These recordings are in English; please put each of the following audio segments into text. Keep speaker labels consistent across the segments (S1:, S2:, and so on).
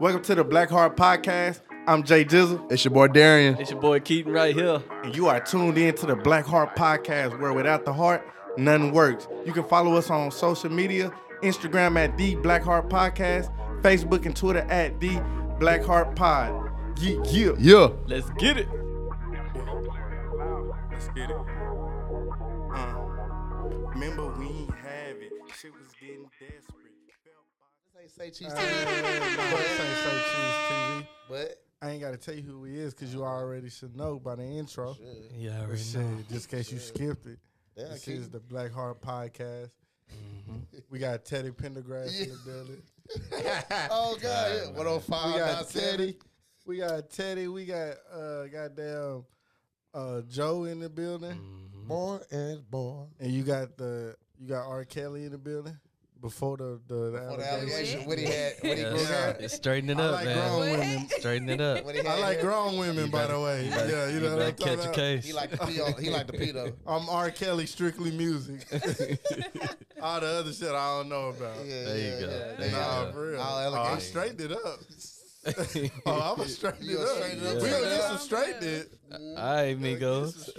S1: Welcome to the Black Heart Podcast. I'm Jay Jizzle,
S2: It's your boy Darian.
S3: It's your boy Keaton right here.
S1: and you are tuned in to the Black Heart Podcast, where without the heart, nothing works. You can follow us on social media Instagram at The Black Heart Podcast, Facebook and Twitter at The Black Heart Pod. Yeah, yeah.
S2: Yeah.
S3: Let's get it.
S1: Let's get it. Um, remember, we ain't have it. Shit was getting desperate.
S4: Say cheese
S1: TV.
S4: but
S1: I ain't gotta tell you who he is because you already should know by the intro.
S3: Yeah,
S1: But shit, just in case you skipped it,
S4: Yeah,
S1: this
S4: keep-
S1: is the Black Heart Podcast.
S3: Mm-hmm.
S1: We got Teddy Pendergrass in the building.
S4: oh god, yeah, one hundred
S1: We
S4: five.
S1: got Teddy. We got Teddy. We got uh, goddamn uh, Joe in the building,
S3: Mm-hmm.
S4: more and more.
S1: and you got the you got R. Kelly in the building before the the, the
S4: For the
S1: allegations.
S4: allegation, what he had, what he grew
S3: Yeah,
S4: out.
S3: it's straightening
S1: I
S3: up,
S1: like
S3: man.
S1: grown women.
S3: Straightening it up.
S4: What he had.
S1: I like grown women, by the way. yeah, you know what I'm
S3: better
S1: talking
S3: catch a
S1: about.
S3: case.
S4: He like the pedo. He like the pedo.
S1: I'm R. Kelly, strictly music. All the other shit I don't know about.
S4: Yeah,
S3: There you
S4: yeah,
S3: go.
S4: yeah.
S3: There you
S1: Nah,
S3: go.
S1: for real.
S4: All
S1: Oh, I
S4: allegation.
S1: straightened it up. oh, I'm a straighten
S4: You
S1: it
S4: a
S1: up.
S4: straighten
S3: up
S1: We
S3: type
S1: gonna get
S4: guy?
S1: some straightened.
S3: All right, amigos.
S4: He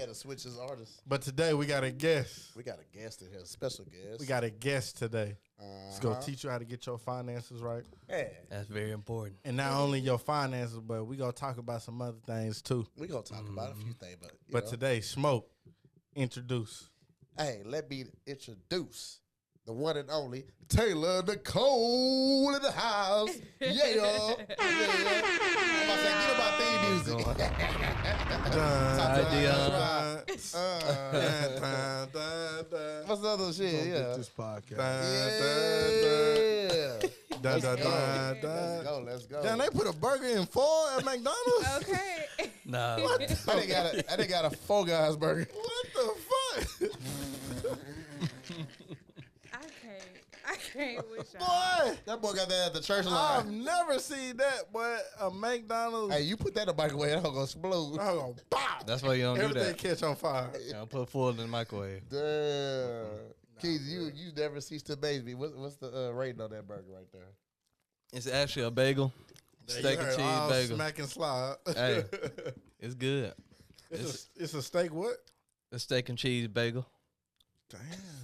S4: had to switch his artist.
S1: But today we got a guest.
S4: We got a guest in here, a special guest.
S1: We got a guest today. It's gonna
S4: Uh-huh.
S1: teach you how to get your finances right,
S4: Yeah,
S3: That's very important.
S1: and not only your finances, but we gonna talk about some other things too.
S4: we gonna talk about a few things, but you
S1: Mm-hmm. But
S4: know.
S1: today, smoke introduce.
S4: Hey, let me introduce the one and only Taylor Nicole in the house. Yeah, y'all. Yeah, yeah. I'm about to say, get about theme music.
S1: Dun,
S4: Dion.
S1: dun,
S4: Uh,
S1: dun, dun, dun, dun.
S4: What's the other shit? Yeah.
S1: Dun,
S4: Yeah.
S1: dun, dun, dun,
S4: go.
S1: dun, dun.
S4: Let's go. Let's go.
S1: Damn, they put a burger in four at McDonald's.
S5: Okay.
S3: Nah, man.
S4: I done got a, I done got a Four Guys burger.
S1: What the fuck,
S5: I can't. I can't wish I.
S1: boy?
S4: That boy got that at the church
S1: I've
S4: line.
S1: never seen that, boy. A McDonald's.
S4: Hey, you put that in the microwave, that hoe gonna explode.
S1: I'm gonna pop.
S3: that's why you don't do
S1: Everything
S3: that.
S1: catch on fire.
S3: You don't put foil in the microwave.
S4: Damn. Keith, you you never cease to amaze me. What, what's the uh, rating on that burger right there?
S3: It's actually a bagel, steak
S1: You
S3: and
S1: heard
S3: cheese
S1: all
S3: bagel.
S1: Smack and slide.
S3: Hey, it's good.
S1: it's, a, it's a steak what?
S3: A steak and cheese bagel.
S1: Damn.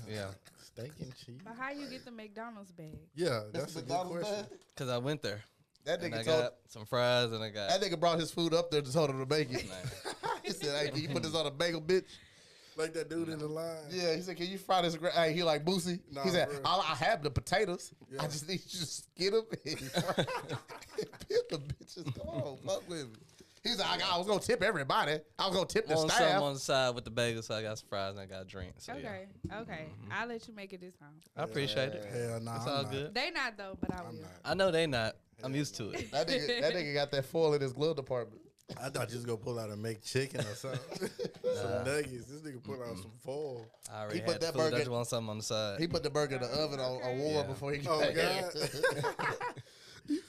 S3: Yeah,
S1: Steak and cheese.
S5: But how you get the McDonald's bag?
S1: Yeah, that's a good
S4: McDonald's
S1: question.
S4: bag?
S3: cause I went there
S4: That
S3: and I
S4: nigga told
S3: got some fries and I got.
S4: that nigga brought his food up there and told him to make it. he said, "Hey, can you put this on a bagel, bitch?"
S1: Like that dude in the line.
S4: Yeah, he said, "Can you fry this?" Gra-? Hey, he like Boosie.
S1: Nah,
S4: he said,
S1: for real.
S4: I, "I have the potatoes.
S1: Yeah.
S4: I just need you to skin them and fry 'em." Pimp the bitches. Come on, fuck with me." He's like, I, I was gonna tip everybody. I was gonna tip the
S3: On something
S4: staff.
S3: on the side with the bagel, so I got some fries and I got a drink. So yeah.
S5: Okay. Okay.
S4: Mm-hmm.
S5: I'll let you make it this time.
S3: I appreciate it.
S1: Hell nah.
S3: It's
S1: I'm
S3: all
S1: not.
S3: good.
S5: They not though, but I will.
S3: I know they not. I'm used to it.
S4: That nigga, that nigga got that foil in his glove department.
S1: I thought you was gonna pull out a make chicken or something. some nuggets. This nigga pull out some foil.
S3: I already
S4: He put
S3: had the
S4: that
S3: food. I
S4: burger-
S3: just want something on the side.
S4: He put the burger in the oven on, on warm
S3: Yeah.
S4: before he.
S1: Oh,
S4: got
S1: God.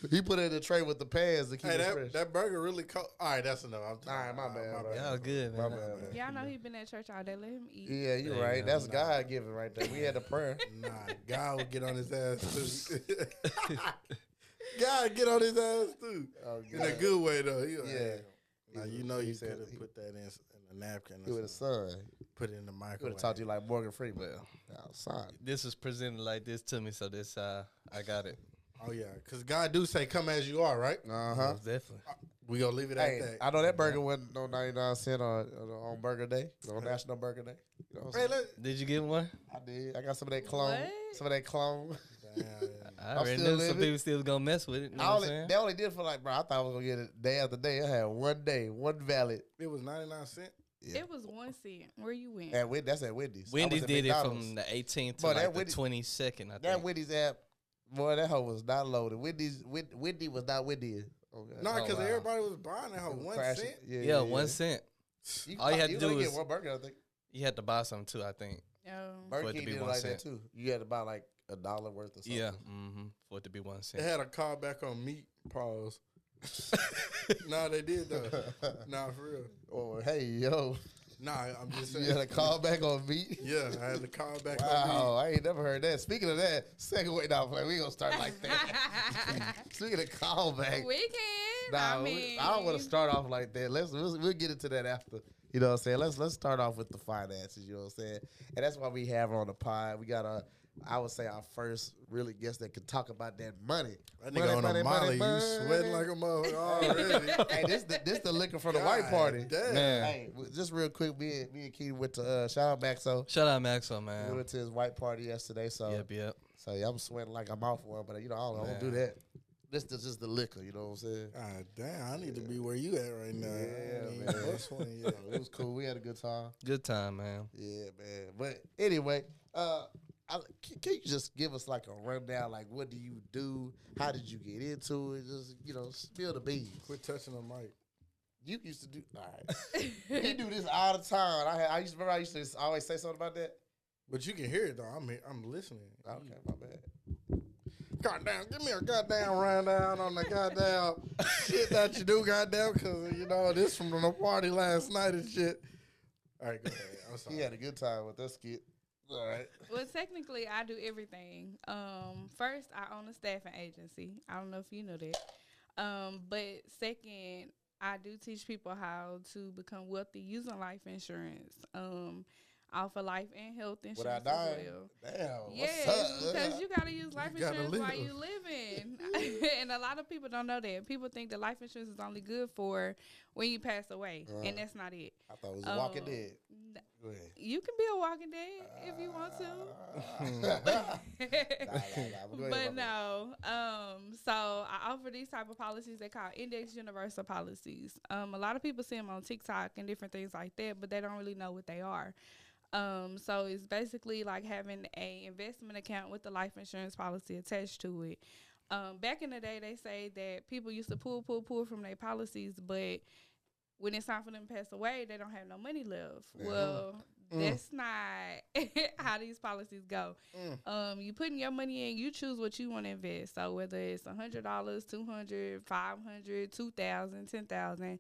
S4: he put it in the tray with the pans to keep
S1: Hey,
S4: it
S1: that,
S4: fresh.
S1: that burger really cold. All right, that's enough. I'm
S4: All right, my bad, bro.
S3: Y'all good,
S4: My
S3: man.
S4: bad, man.
S5: Y'all know he been at church all day. Let him eat.
S4: Yeah,
S3: There
S4: you're
S3: you
S4: right.
S3: go.
S4: That's God given right there. We had a prayer.
S1: Nah, God would get on his ass too. God get on his ass too.
S4: Oh,
S1: In a
S4: God.
S1: good way though. He, yeah.
S4: Yeah.
S1: Now
S4: He
S1: you
S4: was-
S1: know
S4: he
S1: you
S4: said
S1: could
S4: he-
S1: have put that in, s- in a napkin.
S4: He
S1: Or
S4: would have
S1: something.
S4: son.
S1: Put it in the
S4: He would have
S1: microwave.
S4: talked to you like Morgan Freeman. Outside.
S3: This was presented like this to me, so this uh, I got it.
S1: Oh yeah, because God do say, "Come as you are." Right?
S4: Uh huh.
S3: Most definitely.
S1: We gonna leave it
S4: Hey,
S1: at that.
S4: I know that burger wasn't no 99 cent on, on- on Burger Day, on National Burger Day. You know what I'm
S1: hey,
S4: saying?
S1: let,
S3: Did you get one?
S4: I did. I got some of that clone.
S5: What?
S4: Some of that clone.
S1: Damn, yeah.
S3: I already
S4: still
S3: knew some
S4: living.
S3: people still was gonna mess with it. You know
S4: I
S3: what I'm
S4: only,
S3: saying?
S4: they only did for like, bro, I thought I was going to get it day after day. I had one day, one valid.
S1: it was ninety nine cent.
S4: Yeah.
S5: It was one cent. Where you went?
S4: At Win- that's at Wendy's. I
S3: Wendy's
S4: was at
S3: did it
S4: McDonald's.
S3: from the 18th to
S4: Boy, that
S3: like the
S4: Wendy-
S3: 22nd. I
S4: That
S3: think.
S4: Wendy's app, boy, that hoe was not loaded. Wendy's, Win- Wendy was not Wendy. Oh, God.
S1: No,
S3: Oh,
S1: because
S3: wow.
S1: everybody was buying that hoe one
S4: Crashing.
S1: cent.
S3: yeah, one cent. All
S4: ca-
S3: you had to
S4: only
S3: do
S4: get
S3: is-
S4: one burger. I think
S3: You had to buy some too. I think
S5: Um,
S3: For
S4: Burger
S3: it to
S4: King
S3: be
S4: did it
S3: one
S4: like
S3: cent.
S4: that too. You had to buy like a dollar worth of something.
S3: yeah, mm-hmm. for it to be one
S1: They
S3: cent.
S1: had a call back on meat. Pause. nah, they did though. nah, for real.
S4: Or hey yo,
S1: Nah, I'm just
S4: You
S1: saying.
S4: had a call back on me.
S1: Yeah, I had to call back.
S4: Wow, I ain't never heard that. Speaking of that, second way down play, we gonna start like that. Speaking of callback,
S5: we can.
S4: nah,
S5: I
S4: I,
S5: mean,
S4: I don't want to start off like that. Let's we'll, we'll get into that after. You know what I'm saying? Let's let's start off with the finances. You know what I'm saying? And that's why we have her on the pod. We got a, I would say our first really guest that could talk about that money.
S1: That
S4: Money,
S1: nigga on
S4: money,
S1: a
S4: money,
S1: molly, you sweating
S4: money.
S1: like a motherfucker already.
S4: hey, this the this the liquor for the white
S1: God
S4: party.
S1: damn.
S4: Man, hey, w- just real quick, me and me and Keith went to uh, shout out Maxo.
S3: Shout out Maxwell,
S4: We
S3: man.
S4: went to his white party yesterday, so
S3: Yep, yep.
S4: so yeah, I'm sweating like I'm off one, but you know I don't, I don't do
S3: Man.
S4: that. This is just the liquor, you know what I'm saying?
S1: God Ah, damn, I need to be where you at right now. I
S4: Yeah,
S1: ain't
S4: man.
S1: even bust one
S4: So
S1: yet.
S4: it was cool. We had a good time.
S3: Good time, man.
S4: Yeah, man. But anyway, uh, I, can, can you just give us like a rundown? Like, what do you do? How did you get into it? Just you know, spill the beans.
S1: Quit touching the mic.
S4: You used to do all right. You do this all the time. I, had- I used to remember I used to always say something about that.
S1: But you can hear it though. I'm here, I'm listening.
S4: Okay, my bad.
S1: Goddamn, give me a goddamn rundown on the goddamn shit that you do, goddamn, cause you know this from the party last night and shit. All right, go ahead. I'm sorry.
S4: He had a good time with that skit. All right.
S5: well, technically, I do everything. Um, first, I own a staffing agency. I don't know if you know that. Um, but second, I do teach people how to become wealthy using life insurance. Um, offer life and health insurance
S4: Without
S5: as
S4: dying.
S5: well.
S4: Damn.
S5: Yes,
S4: what's up?
S5: because you gotta use life
S1: You gotta
S5: insurance while
S1: live.
S5: you living, and a lot of people don't know that. People think that life insurance is only good for when you pass away,
S4: Right.
S5: and that's not it.
S4: I thought it was
S5: Oh.
S4: Walking Dead.
S5: N-
S4: Go ahead.
S5: You can be a walking dead if you want
S4: Ah. to.
S5: to. But
S4: no.
S5: no, um, so I offer these type of policies they call index universal policies. Um, a lot of people see them on TikTok and different things like that, but they don't really know what they are. Um, so it's basically like having a investment account with the life insurance policy attached to it. Um, back in the day, they say that people used to pull, pull, pull from their policies, but when it's time for them to pass away, they don't have no money left.
S4: Yeah.
S5: Well,
S1: Mm.
S5: that's not how these policies go.
S4: Mm.
S5: Um, you putting your money in, you choose what you want to invest. So whether it's a hundred dollars, two hundred, five hundred, two thousand, ten thousand.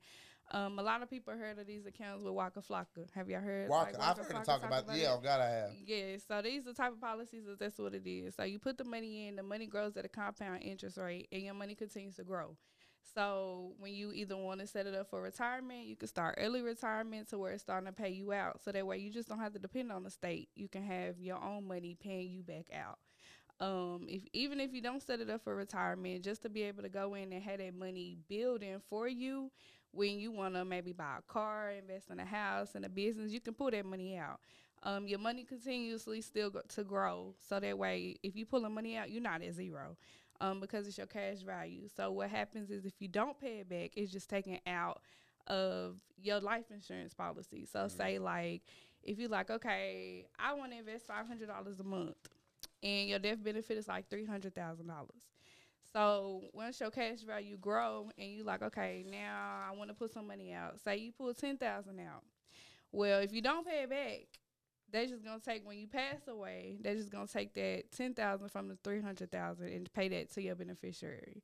S5: Um, a lot of people heard of these accounts with Waka Flocka. Have y'all heard?
S4: Walker,
S5: like,
S4: I've
S5: Waka
S4: heard
S5: Flocka
S4: it talk about, yeah,
S5: it?
S4: oh God, I have.
S5: Yeah, so these are the type of policies that that's what it is. So you put the money in, the money grows at a compound interest rate, and your money continues to grow. So when you either want to set it up for retirement, you can start early retirement to where it's starting to pay you out. So that way you just don't have to depend on the state. You can have your own money paying you back out. Um, if even if you don't set it up for retirement, just to be able to go in and have that money building for you when you want to maybe buy a car, invest in a house, and a business, you can pull that money out um, your money continuously still go- to grow. So that way, if you pulling money out, you're not at zero um, because it's your cash value. So what happens is if you don't pay it back, it's just taken out of your life insurance policy. So say like if you like, okay, I want to invest five hundred dollars a month, and your death benefit is like three hundred thousand dollars. So once your cash value grow and you like, okay, now I want to put some money out. Say you pull ten thousand out. Well, if you don't pay it back, they just gonna take when you pass away. They just gonna take that ten thousand from the three hundred thousand and pay that to your beneficiary.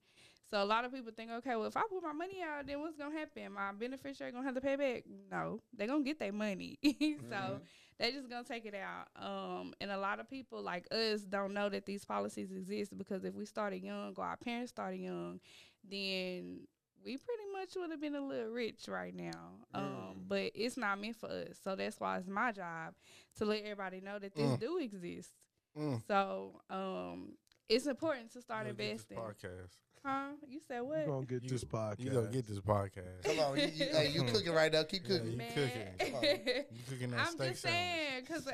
S5: So a lot of people think, okay, well if I put my money out, then what's gonna happen? My beneficiary gonna have to pay back? No, they gonna get their money. so they just gonna take it out. Um, and a lot of people like us don't know that these policies exist because if we started young or our parents started young, then we pretty much would have been a little rich right now. Um,
S1: Mm.
S5: but it's not meant for us. So that's why it's my job to let everybody know that this
S1: Mm.
S5: do exist.
S1: Mm.
S5: So um, it's important to start
S1: You gonna get this
S5: investing.
S1: podcast.
S5: Huh? You said
S2: You
S5: what?
S2: gonna get
S1: You-
S2: this podcast?
S1: You gonna get this podcast?
S4: Come on, you, you, hey, you cooking right now. Keep
S1: Yeah,
S4: cooking.
S1: you
S5: Man.
S1: cooking. You cooking that
S5: I'm
S1: steak sandwich.
S5: just saying, because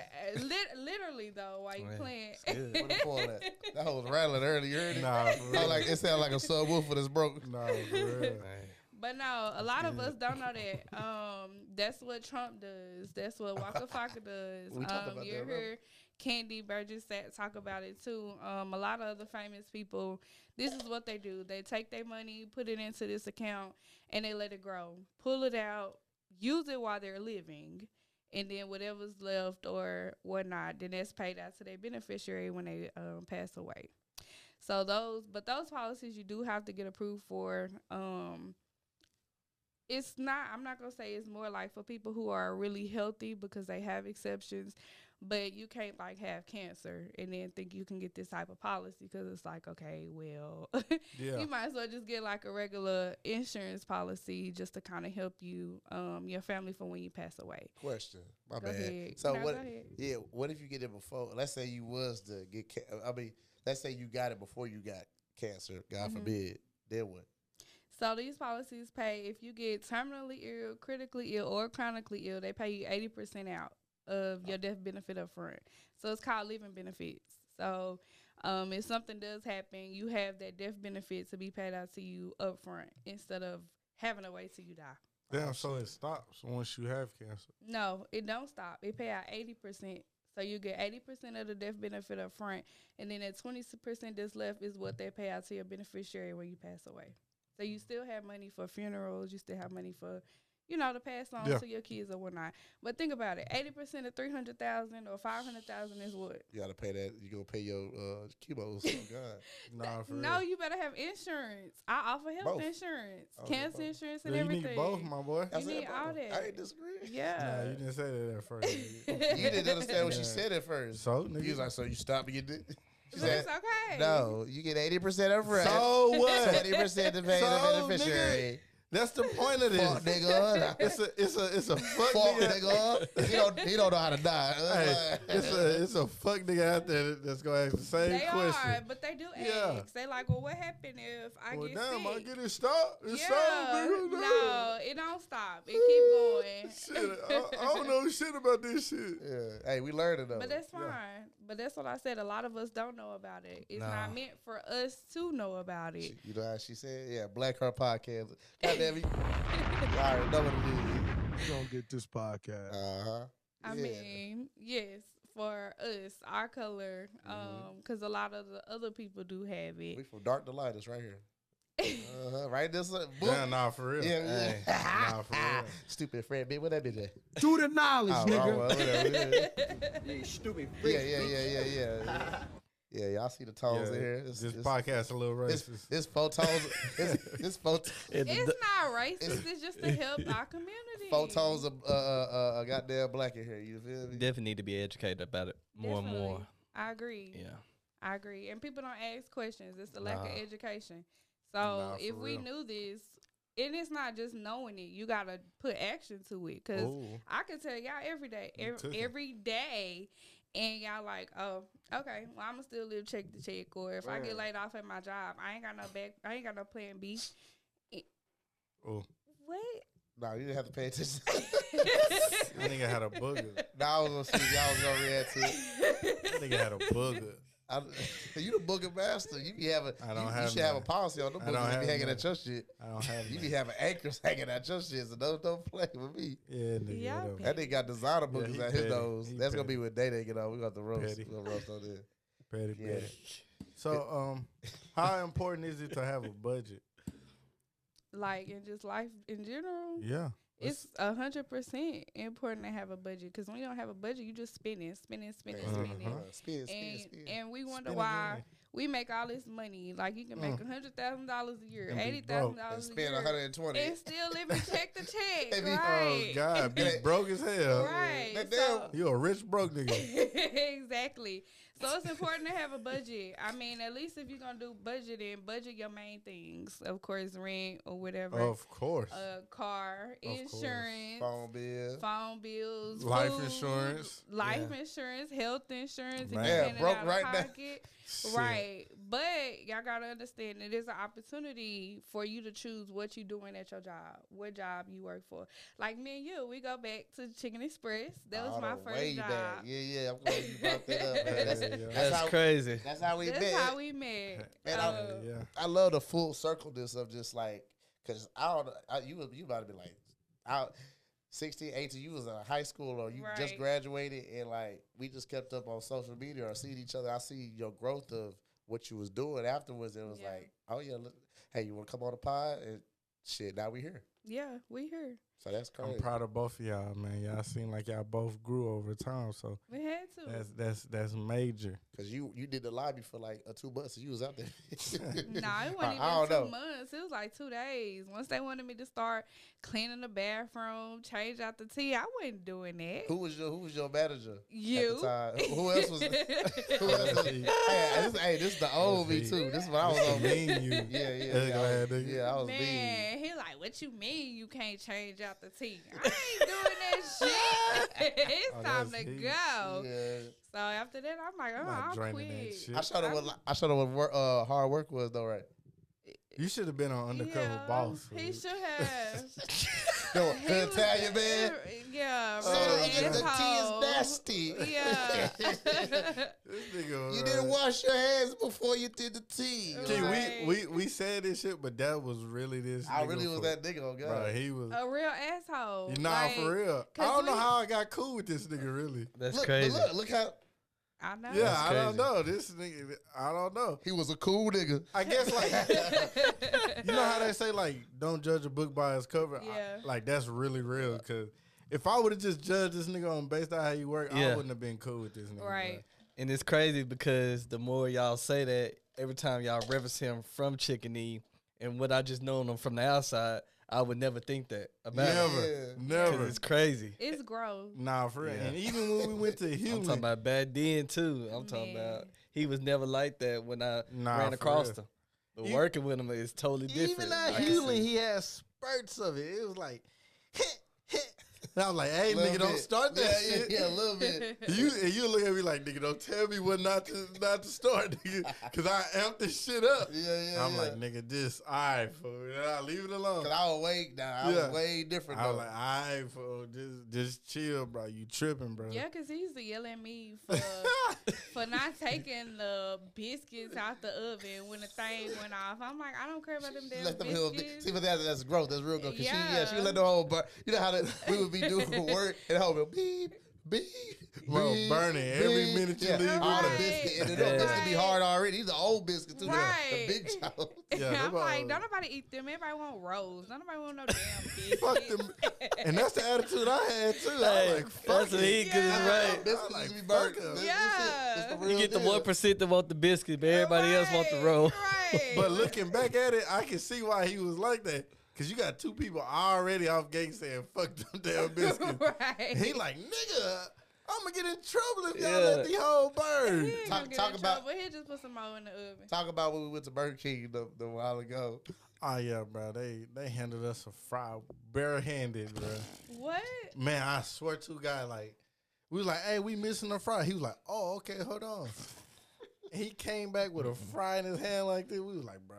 S5: lit- literally though, while you
S3: Yeah,
S5: playing,
S3: it's good.
S4: Where the foil at? That hoe was rattling earlier.
S1: Nah, for
S4: I
S1: real.
S4: like, it sounded like a subwoofer that's broke.
S1: nah, for real.
S3: Man.
S5: But no, a lot of us don't know that. Um, that's what Trump does. That's what Waka Flocka does.
S4: We talked
S5: um,
S4: about
S5: you
S4: that, remember?
S5: hear Candy Burgess sa- talk about it too. Um, a lot of other famous people. This is what they do. They take their money, put it into this account, and they let it grow. Pull it out, use it while they're living, and then whatever's left or whatnot, then that's paid out to their beneficiary when they um, pass away. So those, but those policies you do have to get approved for. Um, it's not i'm not going to say it's more like for people who are really healthy because they have exceptions but you can't like have cancer and then think you can get this type of policy because it's like okay well
S1: Yeah.
S5: you might as well just get like a regular insurance policy just to kind of help you um your family for when you pass away
S4: Question. My
S5: Go
S4: bad.
S5: ahead.
S4: So
S5: No,
S4: what?
S5: go ahead.
S4: Yeah. What if you get it before? Let's say you was to get. Ca- I mean, let's say you got it before you got cancer. God
S5: Mhm.
S4: forbid. Then what?
S5: So these policies pay if you get terminally ill, critically ill, or chronically ill, they pay you eighty percent out of your death benefit up front. So it's called living benefits. So um, if something does happen, you have that death benefit to be paid out to you up front instead of having to wait till you die.
S1: Damn, so it stops once you have cancer.
S5: No, it don't stop. It pay out eighty percent. So you get eighty percent of the death benefit up front, and then that twenty percent that's left is what they pay out to your beneficiary when you pass away. So you still have money for funerals. You still have money for, you know, to pass on
S1: Yeah.
S5: to your kids or whatnot. But think about it: eighty percent of three hundred thousand or five hundred thousand is what.
S4: You gotta pay that. You gonna pay your uh, chemo's. Oh God.
S1: Nah, for
S5: no,
S1: real.
S5: you better have insurance. I offer health
S4: Both.
S5: insurance,
S4: Okay,
S5: cancer
S4: both.
S5: insurance, and
S1: Yeah, you
S5: everything.
S1: need both, my boy.
S4: I
S5: You
S4: said,
S5: need
S4: bro,
S5: all
S4: I
S5: that.
S4: ain't disagreeing.
S5: yeah.
S1: Nah, you didn't say that at first.
S4: You didn't understand what she
S1: Yeah.
S4: said at first.
S1: so,
S4: You
S1: nigga.
S4: was like, so you stop and you did. She
S5: But
S4: said,
S5: it's okay.
S4: no, you get eighty percent of rent.
S1: so what?
S4: Eighty percent to pay
S1: So,
S4: the beneficiary.
S1: That's the point of
S4: Fuck
S1: this.
S4: nigga.
S1: It's a, it's a, it's a fuck
S4: Fuck
S1: nigga.
S4: nigga. He don't, he don't know how to die.
S1: Hey, it's a, it's a fuck nigga out there that- that's gonna ask the same
S5: They
S1: question.
S5: are, but they do ask.
S1: Yeah.
S5: They like, well, what happened if I
S1: well,
S5: get
S1: damn,
S5: sick?
S1: I get it stopped. It's stopped,
S5: yeah.
S1: nigga.
S5: no, it don't stop. It keep going.
S1: shit, I, I don't know Oh, shit about this shit.
S4: yeah. Hey, we learning though.
S5: But that's fine.
S1: Yeah.
S5: But that's what I said. A lot of us don't know about it. It's
S3: Nah.
S5: not meant for us to know about it.
S4: She- You know how she said? Yeah, Black Heart Podcast. God damn it. you already know what it
S2: You don't get this podcast.
S4: is. Uh huh.
S5: I
S4: Yeah.
S5: mean, yes, for us, our color,
S1: Mm-hmm.
S4: Mhm.
S5: um, because a lot of the other people do have
S4: We
S5: it.
S4: from dark to light. It's right here. Uh huh. Right this uh, boom.
S1: Damn, nah, for real.
S4: Yeah,
S1: Hey,
S4: yeah.
S1: nah, for real.
S4: Stupid Fred, bitch. What that bitch at?
S2: Through the knowledge,
S4: Oh,
S2: nigga.
S4: wrong one, whatever, yeah.
S2: You stupid
S4: yeah, yeah, yeah, yeah, yeah. Yeah, y'all see the tones in here. It's,
S1: this
S4: it's,
S1: podcast a little
S4: it's,
S1: racist.
S4: it's four tones. It's, it's four, t-
S5: it's not racist. It's just to help our community.
S4: four tones of uh, uh, uh, goddamn black in here. You feel me?
S3: Definitely need to be educated about it more and more.
S5: Definitely. I agree.
S3: Yeah.
S5: I agree. And people don't ask questions. It's the lack of
S3: Nah.
S5: education. So
S1: Nah, for
S5: if we
S1: real.
S5: knew this, and it's not just knowing it, you gotta put action to it. Cause
S1: Ooh.
S5: I can tell y'all every day,
S1: You
S5: ev-
S1: took it.
S5: every day, and y'all like, oh, okay, well I'ma still live check to check, or if I get laid off at my job, I ain't got no back, I ain't got no plan B.
S1: Ooh.
S5: What?
S4: No, you didn't have to pay attention.
S1: That nigga had a booger.
S4: no, I was gonna see y'all was gonna react to it.
S1: That nigga had a booger.
S4: I, you the booger master. You be having.
S1: I don't
S4: you, you
S1: have
S4: should have a
S1: none.
S4: policy on the
S1: I don't
S4: boogers that
S1: have
S4: be hanging
S1: none.
S4: at your shit.
S1: I don't have
S4: You
S1: none.
S4: be having anchors hanging at your shit. So don't don't play with me.
S1: Yeah, nigga.
S5: Yeah,
S1: whatever.
S4: That nigga got designer
S1: Yeah,
S4: boogers
S1: he
S4: at his
S1: petty.
S4: nose.
S1: He
S4: That's gonna
S1: petty.
S4: be what day they get on. We got to roast.
S1: Petty.
S4: We gonna roast on this.
S1: Petty,
S4: Yeah.
S1: petty. So, um, how important is it to have a budget?
S5: Like in just life in general.
S1: Yeah.
S5: It's a hundred percent important to have a budget because when you don't have a budget, you just spending, spending, spending,
S1: Uh-huh.
S5: spending.
S4: Spin, spin,
S5: And,
S4: spin.
S5: and we wonder
S1: Spin
S5: why
S1: again.
S5: we make all this money. Like you can make a hundred thousand dollars a year,
S1: Mm. And be
S5: eighty thousand
S4: And
S5: dollars a
S4: spend
S5: year,
S4: 120.
S5: and still living check to check.
S4: And be- oh,
S5: right?
S1: Oh God, be broke as hell.
S5: Right.
S4: That
S5: so-
S1: You a rich broke nigga.
S5: exactly. So it's important to have a budget. I mean, at least if you're gonna do budgeting, budget your main things. Of course, rent or whatever,
S1: of course.
S5: uh, car,
S1: course.
S5: insurance,
S4: Phone bill.
S5: phone bills,
S1: Life
S5: food,
S1: insurance.
S5: life insurance, health insurance.
S1: Man.
S4: Yeah,
S5: Yeah,
S4: broke
S5: broke
S4: right
S5: right
S4: now.
S5: pocket.
S1: Shit.
S5: Right, but y'all gotta understand it is an opportunity for you to choose what you doing at your job, what job you work for. Like me and you, we go back to Chicken Express. That was
S4: All
S5: my
S4: the way
S5: first job.
S4: back. Yeah, yeah. I'm glad you brought that up. Man. That's,
S1: Yeah, yeah.
S4: that's
S3: That's
S4: how,
S3: crazy.
S4: that's how we
S5: That's
S4: met.
S5: how we met.
S4: And
S5: Uh,
S4: I'm-
S1: yeah.
S4: I love the full circleness of just like because I don't I, you was- you about to be like out 16, 18, you was in high school or you just
S5: Right.
S4: graduated and like we just kept up on social media or seeing each other. I see your growth of what you was doing afterwards. It was
S5: Yeah.
S4: like, oh yeah, look, hey, you want to come on the pod and shit. Now we here.
S5: Yeah, we here.
S4: So that's
S1: I'm
S4: crazy.
S1: proud of both of y'all, man. Y'all seem like y'all both grew over time, so
S5: We had to.
S1: that's that's that's major.
S4: Cause you you did the lobby for like uh, two months. and You was out there.
S5: No, nah, it wasn't even
S4: I don't
S5: two
S4: know.
S5: months. It was like two days. Once they wanted me to start cleaning the bathroom, change out the tea, I wasn't doing that.
S4: Who was your Who was your manager?
S5: you.
S4: At the time? Who else was? who else was hey,
S1: Let's
S4: this, hey, this is the old me
S1: see.
S4: too. This is what I was on.
S1: Me and you.
S4: Yeah, yeah,
S1: Let's
S4: yeah.
S1: go
S4: I
S1: ahead,
S4: was,
S1: nigga.
S4: yeah, I was mean.
S5: Man, he like, what you mean you can't change out the tea? I ain't doing that shit. it's
S1: Oh,
S5: time to
S1: that's heat.
S5: go.
S4: Yeah.
S5: So after that, I'm like,
S1: I'm
S5: oh,
S1: not
S5: I'll
S1: draining
S5: quit.
S1: that shit.
S4: I showed him what li- I showed him what work, uh, hard work was though, right?
S1: You should have been on undercover
S5: Yeah, um,
S1: boss.
S5: He
S1: dude.
S5: should have.
S4: The,
S5: He
S4: the
S5: was-
S4: Italian man. Oh,
S5: Yeah,
S4: So
S5: real
S4: the, the
S5: asshole.
S4: tea is nasty.
S5: Yeah.
S1: This nigga
S4: you
S1: was-
S4: didn't wash your hands before you did the tea.
S5: It was
S1: Gee,
S5: like-
S1: we, we we said this shit, but that was really this.
S4: I
S1: nigga
S4: really was
S1: for-
S4: that nigga. Oh god.
S1: Bro, he was.
S5: a real asshole.
S1: nah,
S5: Like,
S1: for real. I
S5: 'cause
S1: don't know
S5: we-
S1: how I got cool with this nigga. Really.
S3: That's
S4: look, but
S3: crazy.
S4: Look, look how
S5: I know.
S1: Yeah, I don't
S3: crazy.
S1: know. This nigga, I don't know.
S4: he was a cool nigga.
S1: I guess like you know how they say like don't judge a book by its cover. I-
S5: Yeah.
S1: like that's really real because if I would have just judged this nigga on based on how he worked, I
S3: Yeah.
S1: wouldn't have been cool with this nigga. bro.
S5: right.
S3: And it's crazy because the more y'all say that, every time y'all reference him from Chickadee, and what I just known him from the outside, I would never think that about him.
S1: Never,
S4: Yeah.
S3: Cause
S1: never.
S3: it's crazy.
S5: It's gross.
S1: Nah, for real.
S3: Yeah.
S1: And even when we went to
S3: I'm
S1: Hewlett,
S3: talking about back then too. I'm talking
S5: Man.
S3: about he was never like that when I
S1: Nah,
S3: ran
S1: for
S3: across
S1: real.
S3: him. But
S1: You-
S3: working with him is totally different.
S1: Even at
S3: I can
S1: Hewlett,
S3: see.
S1: he had spurts of it. It was like, and I'm like, hey,
S4: Little
S1: nigga, don't
S4: bit.
S1: start that
S4: yeah,
S1: shit.
S4: Yeah, yeah, a little bit.
S1: You and you look at me like, nigga, don't tell me what not to not to start, nigga, cause I amp this shit up.
S4: Yeah, yeah.
S1: I'm
S4: yeah.
S1: like, nigga, this, all right, fool. And I leave it alone.
S4: Cause I was way now. I
S1: Yeah.
S4: was way different.
S1: I
S4: Though.
S1: was like, all right, fool, just just chill, bro. You tripping, bro?
S5: Yeah, because he used to yell at me for for not taking the biscuits out the oven when the thing went off. I'm like, I don't care about them damn
S4: let them heal.
S5: biscuits.
S4: See, but that, that's growth. That's real growth. Cause she, yeah, she
S5: Yeah.
S4: let the whole burn. You know how that we would be doing work and the whole bit, beep, beep,
S1: Bro,
S4: beep,
S1: burning every minute you
S4: yeah,
S1: leave
S4: All the
S5: work.
S4: biscuit and the
S3: Right.
S4: biscuit be hard already. These are old biscuits too. the- The
S5: Right.
S4: big chow.
S1: Yeah,
S5: I'm
S1: them
S5: like,
S1: all-
S5: don't nobody eat them. Everybody want rolls. Don't nobody want no damn biscuits.
S1: fuck them. And that's the attitude I had too. I
S3: Hey,
S1: was like, fuck
S3: that's what he
S1: it.
S3: good as
S5: Yeah.
S3: right.
S4: Biscuits
S1: like,
S4: like, be burnt.
S1: fuck 'em.
S4: This- this it.
S5: Yeah.
S4: It's the
S5: You
S4: real
S3: You get the
S4: deal.
S3: one percent that want the biscuit, but everybody else want the
S5: Right,
S3: roll.
S5: Right.
S1: But looking back at it, I can see why he was like that. Cause you got two people already off gate saying "fuck them damn biscuits."
S5: right.
S1: He like, nigga, I'm gonna get in trouble if y'all
S3: Yeah.
S1: let the whole
S5: He
S1: bird.
S5: ain't
S4: Talk-
S5: gonna get
S4: talk
S5: in
S4: about-
S5: trouble. He'll just put some more in the oven.
S4: Talk about when we went to Burger King the, the while ago.
S1: oh yeah, bro. They they handled us a fry barehanded, bro.
S5: What?
S1: Man, I swear to God, like we was like, hey, we missing a fry. He was like, oh, okay, hold on. he came back with a fry in his hand like this. We was like, bro,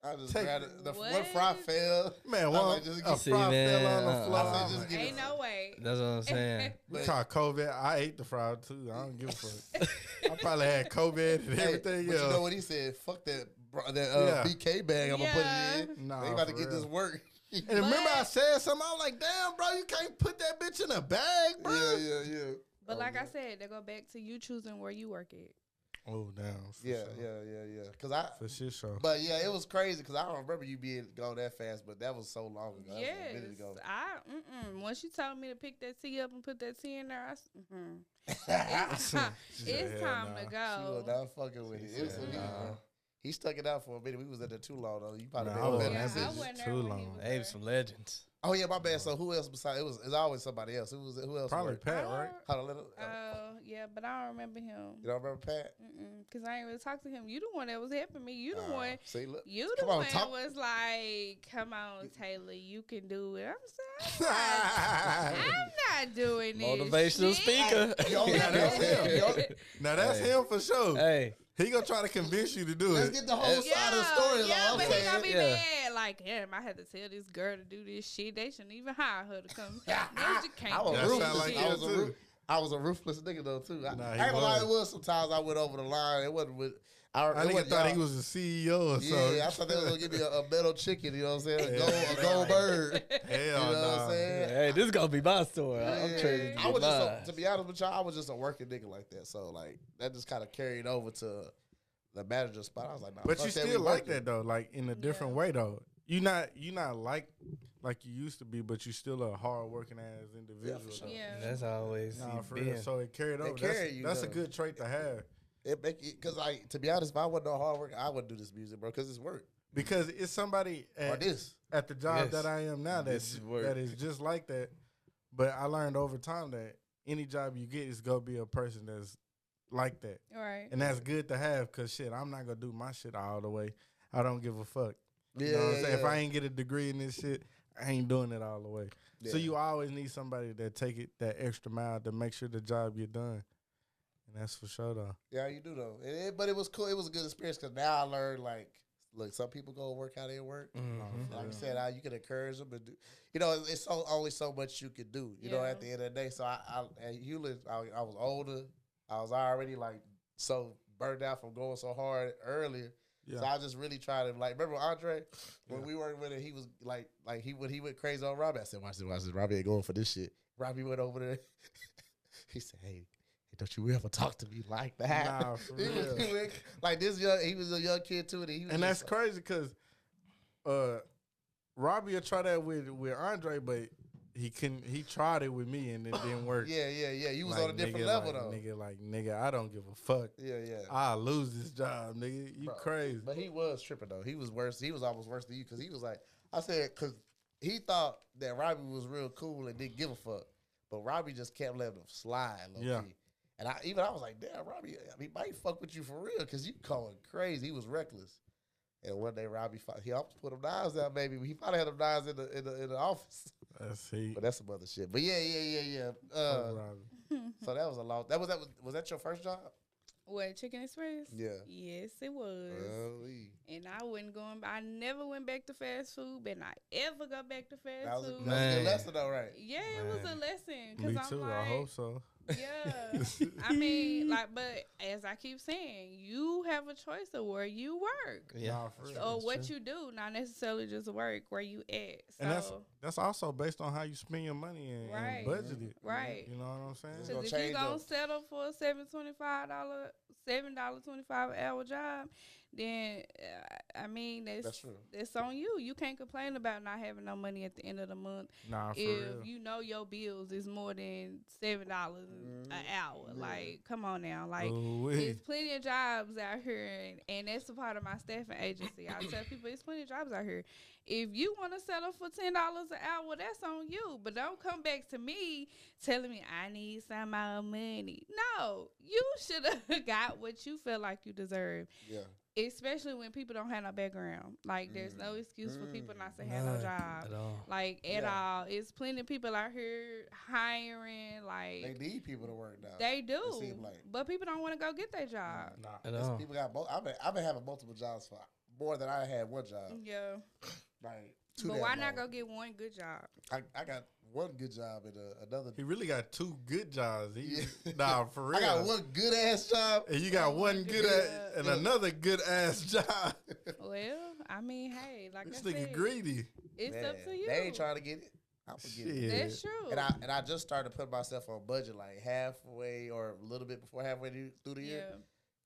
S4: I just
S1: Take-
S4: grabbed it. the one
S5: What?
S4: fry fell.
S1: man,
S4: like,
S1: one
S4: just
S1: a
S4: get-
S1: fry
S4: See,
S1: fell
S3: man,
S1: on the
S3: uh-uh.
S1: floor.
S4: I said,
S1: I'm
S4: just
S1: like,
S4: get
S5: Ain't
S4: it.
S5: no way.
S3: That's what I'm saying.
S1: We caught COVID. I ate the fry too. I don't give a fuck. I probably had COVID and
S4: Hey,
S1: everything
S4: but you know
S1: else.
S4: what he said? Fuck that, bro, that uh,
S1: Yeah.
S4: BK bag. I'm gonna
S5: Yeah.
S4: put it in.
S1: Nah,
S4: they about to
S1: for
S4: get this
S1: real.
S4: work. yeah,
S1: And remember, I
S5: But-
S1: said something. I was like, "Damn, bro, you can't put that bitch in a bag, bro."
S4: yeah, yeah.
S5: But
S4: Oh,
S5: like I
S4: man.
S5: said, they go back to you choosing where you work at.
S1: Oh, damn. for
S4: Yeah,
S1: sure.
S4: yeah, yeah, yeah. Cause I,
S1: For shit, sure.
S4: but yeah, it was crazy. Cause I don't remember you being gone that fast, but that was so long ago. That was a
S5: Yes,
S4: minute ago.
S5: I. Mm-mm. Once you told me to pick that tea up and put that tea in there, I, s- mhm. it's, time-
S1: She said, "Hell
S5: it's time
S1: nah."
S5: to
S1: She
S4: She was
S5: go.
S4: not fucking with it.
S1: She
S4: It was
S1: said,
S4: a minute,
S1: "Nah."
S4: bro. He stuck it out for a minute. We was at there too long though. You probably
S1: Nah,
S4: been
S1: I was
S4: better.
S1: on that
S5: Yeah, I
S1: bitch
S5: wasn't there
S1: too
S5: when he
S1: long.
S5: was
S3: They
S5: there.
S3: some legends.
S4: Oh yeah, my bad. So who else besides it was? It's always somebody else. Who was? Who else?
S1: Probably
S4: worked?
S1: Pat,
S5: I
S1: right?
S5: don't-
S4: Hold on, let him-
S5: Oh yeah, but I don't remember him.
S4: you don't remember Pat?
S5: Because I ain't really talk to him. You the one that was helping me. You the
S4: Uh,
S5: one.
S4: See, look.
S5: You the
S4: come on,
S5: one
S4: talk-
S5: that was like, "Come on, Taylor, you can do it." I'm saying, I'm not doing this.
S3: Motivational
S5: shit.
S3: speaker.
S4: Yo, now that's him. Yo,
S1: now that's
S3: Hey.
S1: him for sure.
S3: hey,
S1: He gonna try to convince you to do
S4: Let's
S1: it.
S4: get the whole side of the story. is
S5: Yeah,
S4: all
S5: but
S4: I'm
S5: he gonna
S4: saying.
S5: be
S3: Yeah.
S5: mad. Like, damn, I had to tell this girl to do this shit. They shouldn't even hire her to come. no, she can't.
S4: I was
S5: do
S1: That sound
S5: this
S4: ruthless.
S1: like
S5: shit.
S4: I
S1: him
S4: was a
S1: too.
S4: ru- I was a ruthless nigga though too. I,
S1: Nah,
S4: I
S1: he
S4: ain't gonna lie,
S1: was.
S4: it was sometimes I went over the line. It wasn't with. I,
S1: I
S4: it
S1: nigga
S4: wasn't
S1: thought
S4: y'all-
S1: he was a CEO or something.
S4: Yeah, I thought they was gonna give me a, a metal chicken. You know what I'm saying?
S1: Yeah.
S4: A gold, a gold bird.
S1: Hell
S4: You know what
S1: Oh, nah.
S4: I'm saying?
S3: hey, this is gonna be my story. I'm
S4: Yeah.
S3: trading.
S4: I was just a, to be honest with y'all, I was just a working nigga like that. So like that just kind of carried over to the manager spot. I was like, nah,
S1: But
S4: fuck
S1: you
S4: that, we
S1: still like
S4: working.
S1: that though, like in a different way though. you not you not like like you used to be, but you still a hard working ass individual.
S4: sure.
S1: though.
S5: Yeah.
S3: And that's always
S1: Nah,
S3: nah,
S1: for real. So it carried over.
S4: carry
S1: That's,
S4: you,
S1: that's a
S4: though.
S1: good trait to have
S4: It make it because I to be honest, if I wasn't no hard work, I wouldn't do this music, bro. Because it's work
S1: because it's somebody
S4: or
S1: at,
S4: this.
S1: at the job
S3: Yes.
S1: that I am now
S3: This
S1: that's
S3: is work.
S1: that is just like that. But I learned over time that any job you get is gonna be a person that's like that,
S5: All right.
S1: and that's good to have. Cause shit, I'm not gonna do my shit all the way. I don't give a fuck.
S4: Yeah,
S1: you know what I'm
S4: yeah,
S1: saying? If
S4: yeah.
S1: I ain't get a degree in this shit, I ain't doing it all the way. So
S4: Yeah.
S1: you always need somebody that take it that extra mile to make sure the job get done, and that's for sure though.
S4: Yeah, you do though. It, it- but it was cool. It was a good experience because now I learned like, look, some people go work how they work. Like I said, I, you can encourage them, and do, you know, it's so, only so much you can do. You know,
S5: Yeah.
S4: at the end of the day. So I, I at Hewlett, I, I was older. I was already like so burned out from going so hard earlier.
S1: Yeah.
S4: So I just really tried to like remember Andre when
S1: Yeah.
S4: we worked with him. He was like like he when he went crazy on Robbie. I said, watch this, watch this. Robbie ain't going for this shit. Robbie went over there. he said, hey. Don't you ever talk to me like that?
S1: Nah, for
S4: He was- he
S1: real.
S4: went- like this young, he was a young kid too, and he was
S1: and that's
S4: just
S1: crazy because uh, Robbie will try that with with Andre, but he couldn't. He tried it with me and it didn't work.
S4: like, yeah, yeah, yeah. He was
S1: Like,
S4: on a different
S1: nigga,
S4: level
S1: like,
S4: though.
S1: Nigga, like nigga, I don't give a fuck.
S4: Yeah, yeah.
S1: I lose this job, nigga. You
S4: Bro.
S1: crazy?
S4: But he was tripping though. He was worse. He was almost worse than you because he was like, I said, because he thought that Robbie was real cool and didn't give a fuck, but Robbie just kept letting him slide. Low
S1: Yeah.
S4: Key. And I even I was like, damn, Robbie, I mean, might fuck with you for real because you going crazy. He was reckless. And one day Robbie, fought, he almost put them knives out, baby. He probably had them knives in the in the, in the office.
S1: That's he.
S4: But that's some other shit. But yeah, yeah, yeah, yeah.
S1: Fuck
S4: Uh,
S1: Robbie.
S4: so that was a long. That was that was, was that your first job?
S5: What Chicken Express?
S4: Yeah.
S5: Yes, it was.
S4: Golly.
S5: and I wasn't going. I never went back to fast food, but not ever go back to fast
S4: That was, a, that
S5: food.
S4: was a
S3: Man.
S4: good lesson though, right?
S5: Yeah, it was a
S3: Man.
S5: lesson. Cause
S1: Me
S5: I'm
S1: too.
S5: Like,
S1: I hope so.
S5: Yeah. I mean, like, but as I keep saying, you have a choice of where you work
S3: Yeah.
S1: Nah, for real.
S5: or what you do, not necessarily just work where you at. So,
S1: And that's that's also based on how you spend your money and,
S5: Right.
S1: and budget it.
S5: Right.
S1: You know what I'm
S4: It's
S1: saying?
S4: gonna
S5: because if
S4: change
S5: you gonna
S4: up.
S5: settle for a seven twenty five dollar, seven dollar twenty five hour job, then uh, I mean that's
S4: That's true.
S5: that's on you. You can't complain about not having no money at the end of the month.
S1: Nah, for
S5: if
S1: real.
S5: you know your bills is more than seven dollars an hour.
S4: yeah.
S5: Like, come on now. Like
S1: Ooh-wee.
S5: there's plenty of jobs out here and, and that's a part of my staffing agency. I tell people there's plenty of jobs out here. If you wanna settle for ten dollars an hour, that's on you. But don't come back to me telling me I need some more money. No, you should have got what you feel like you deserve
S4: Yeah.
S5: especially when people don't have no background. Like there's no
S4: Mm,
S5: excuse for people not to have no job.
S3: At all.
S5: Like at
S4: Yeah.
S5: all. It's plenty of people out here hiring,
S4: They
S5: like
S4: need people to work now.
S5: they, do.
S4: seem like-
S5: but people don't want to go get their job.
S1: Nah.
S3: At
S4: It's-
S3: all.
S4: People got. Mul- I've been. I've been having multiple jobs for more than I had one job.
S5: Yeah.
S4: Like two.
S5: Mm. But
S4: damn
S5: why not go
S4: long.
S5: get one good job?
S4: I, I got one good job and uh, another.
S1: He really got two good jobs. He,
S4: Yeah.
S1: Nah, for real.
S4: I got one good ass job.
S1: And you got one good ass and
S4: Yeah.
S1: another good ass job.
S5: Well, I mean, hey, like
S1: this
S5: I said,
S1: nigga greedy.
S5: it's up to
S4: Man,
S5: you.
S4: They ain't trying to get it. I'm gonna get it.
S1: Shit.
S5: That's true.
S4: And I and I just started putting myself on budget like halfway or a little bit before halfway through through the year.
S5: yeah.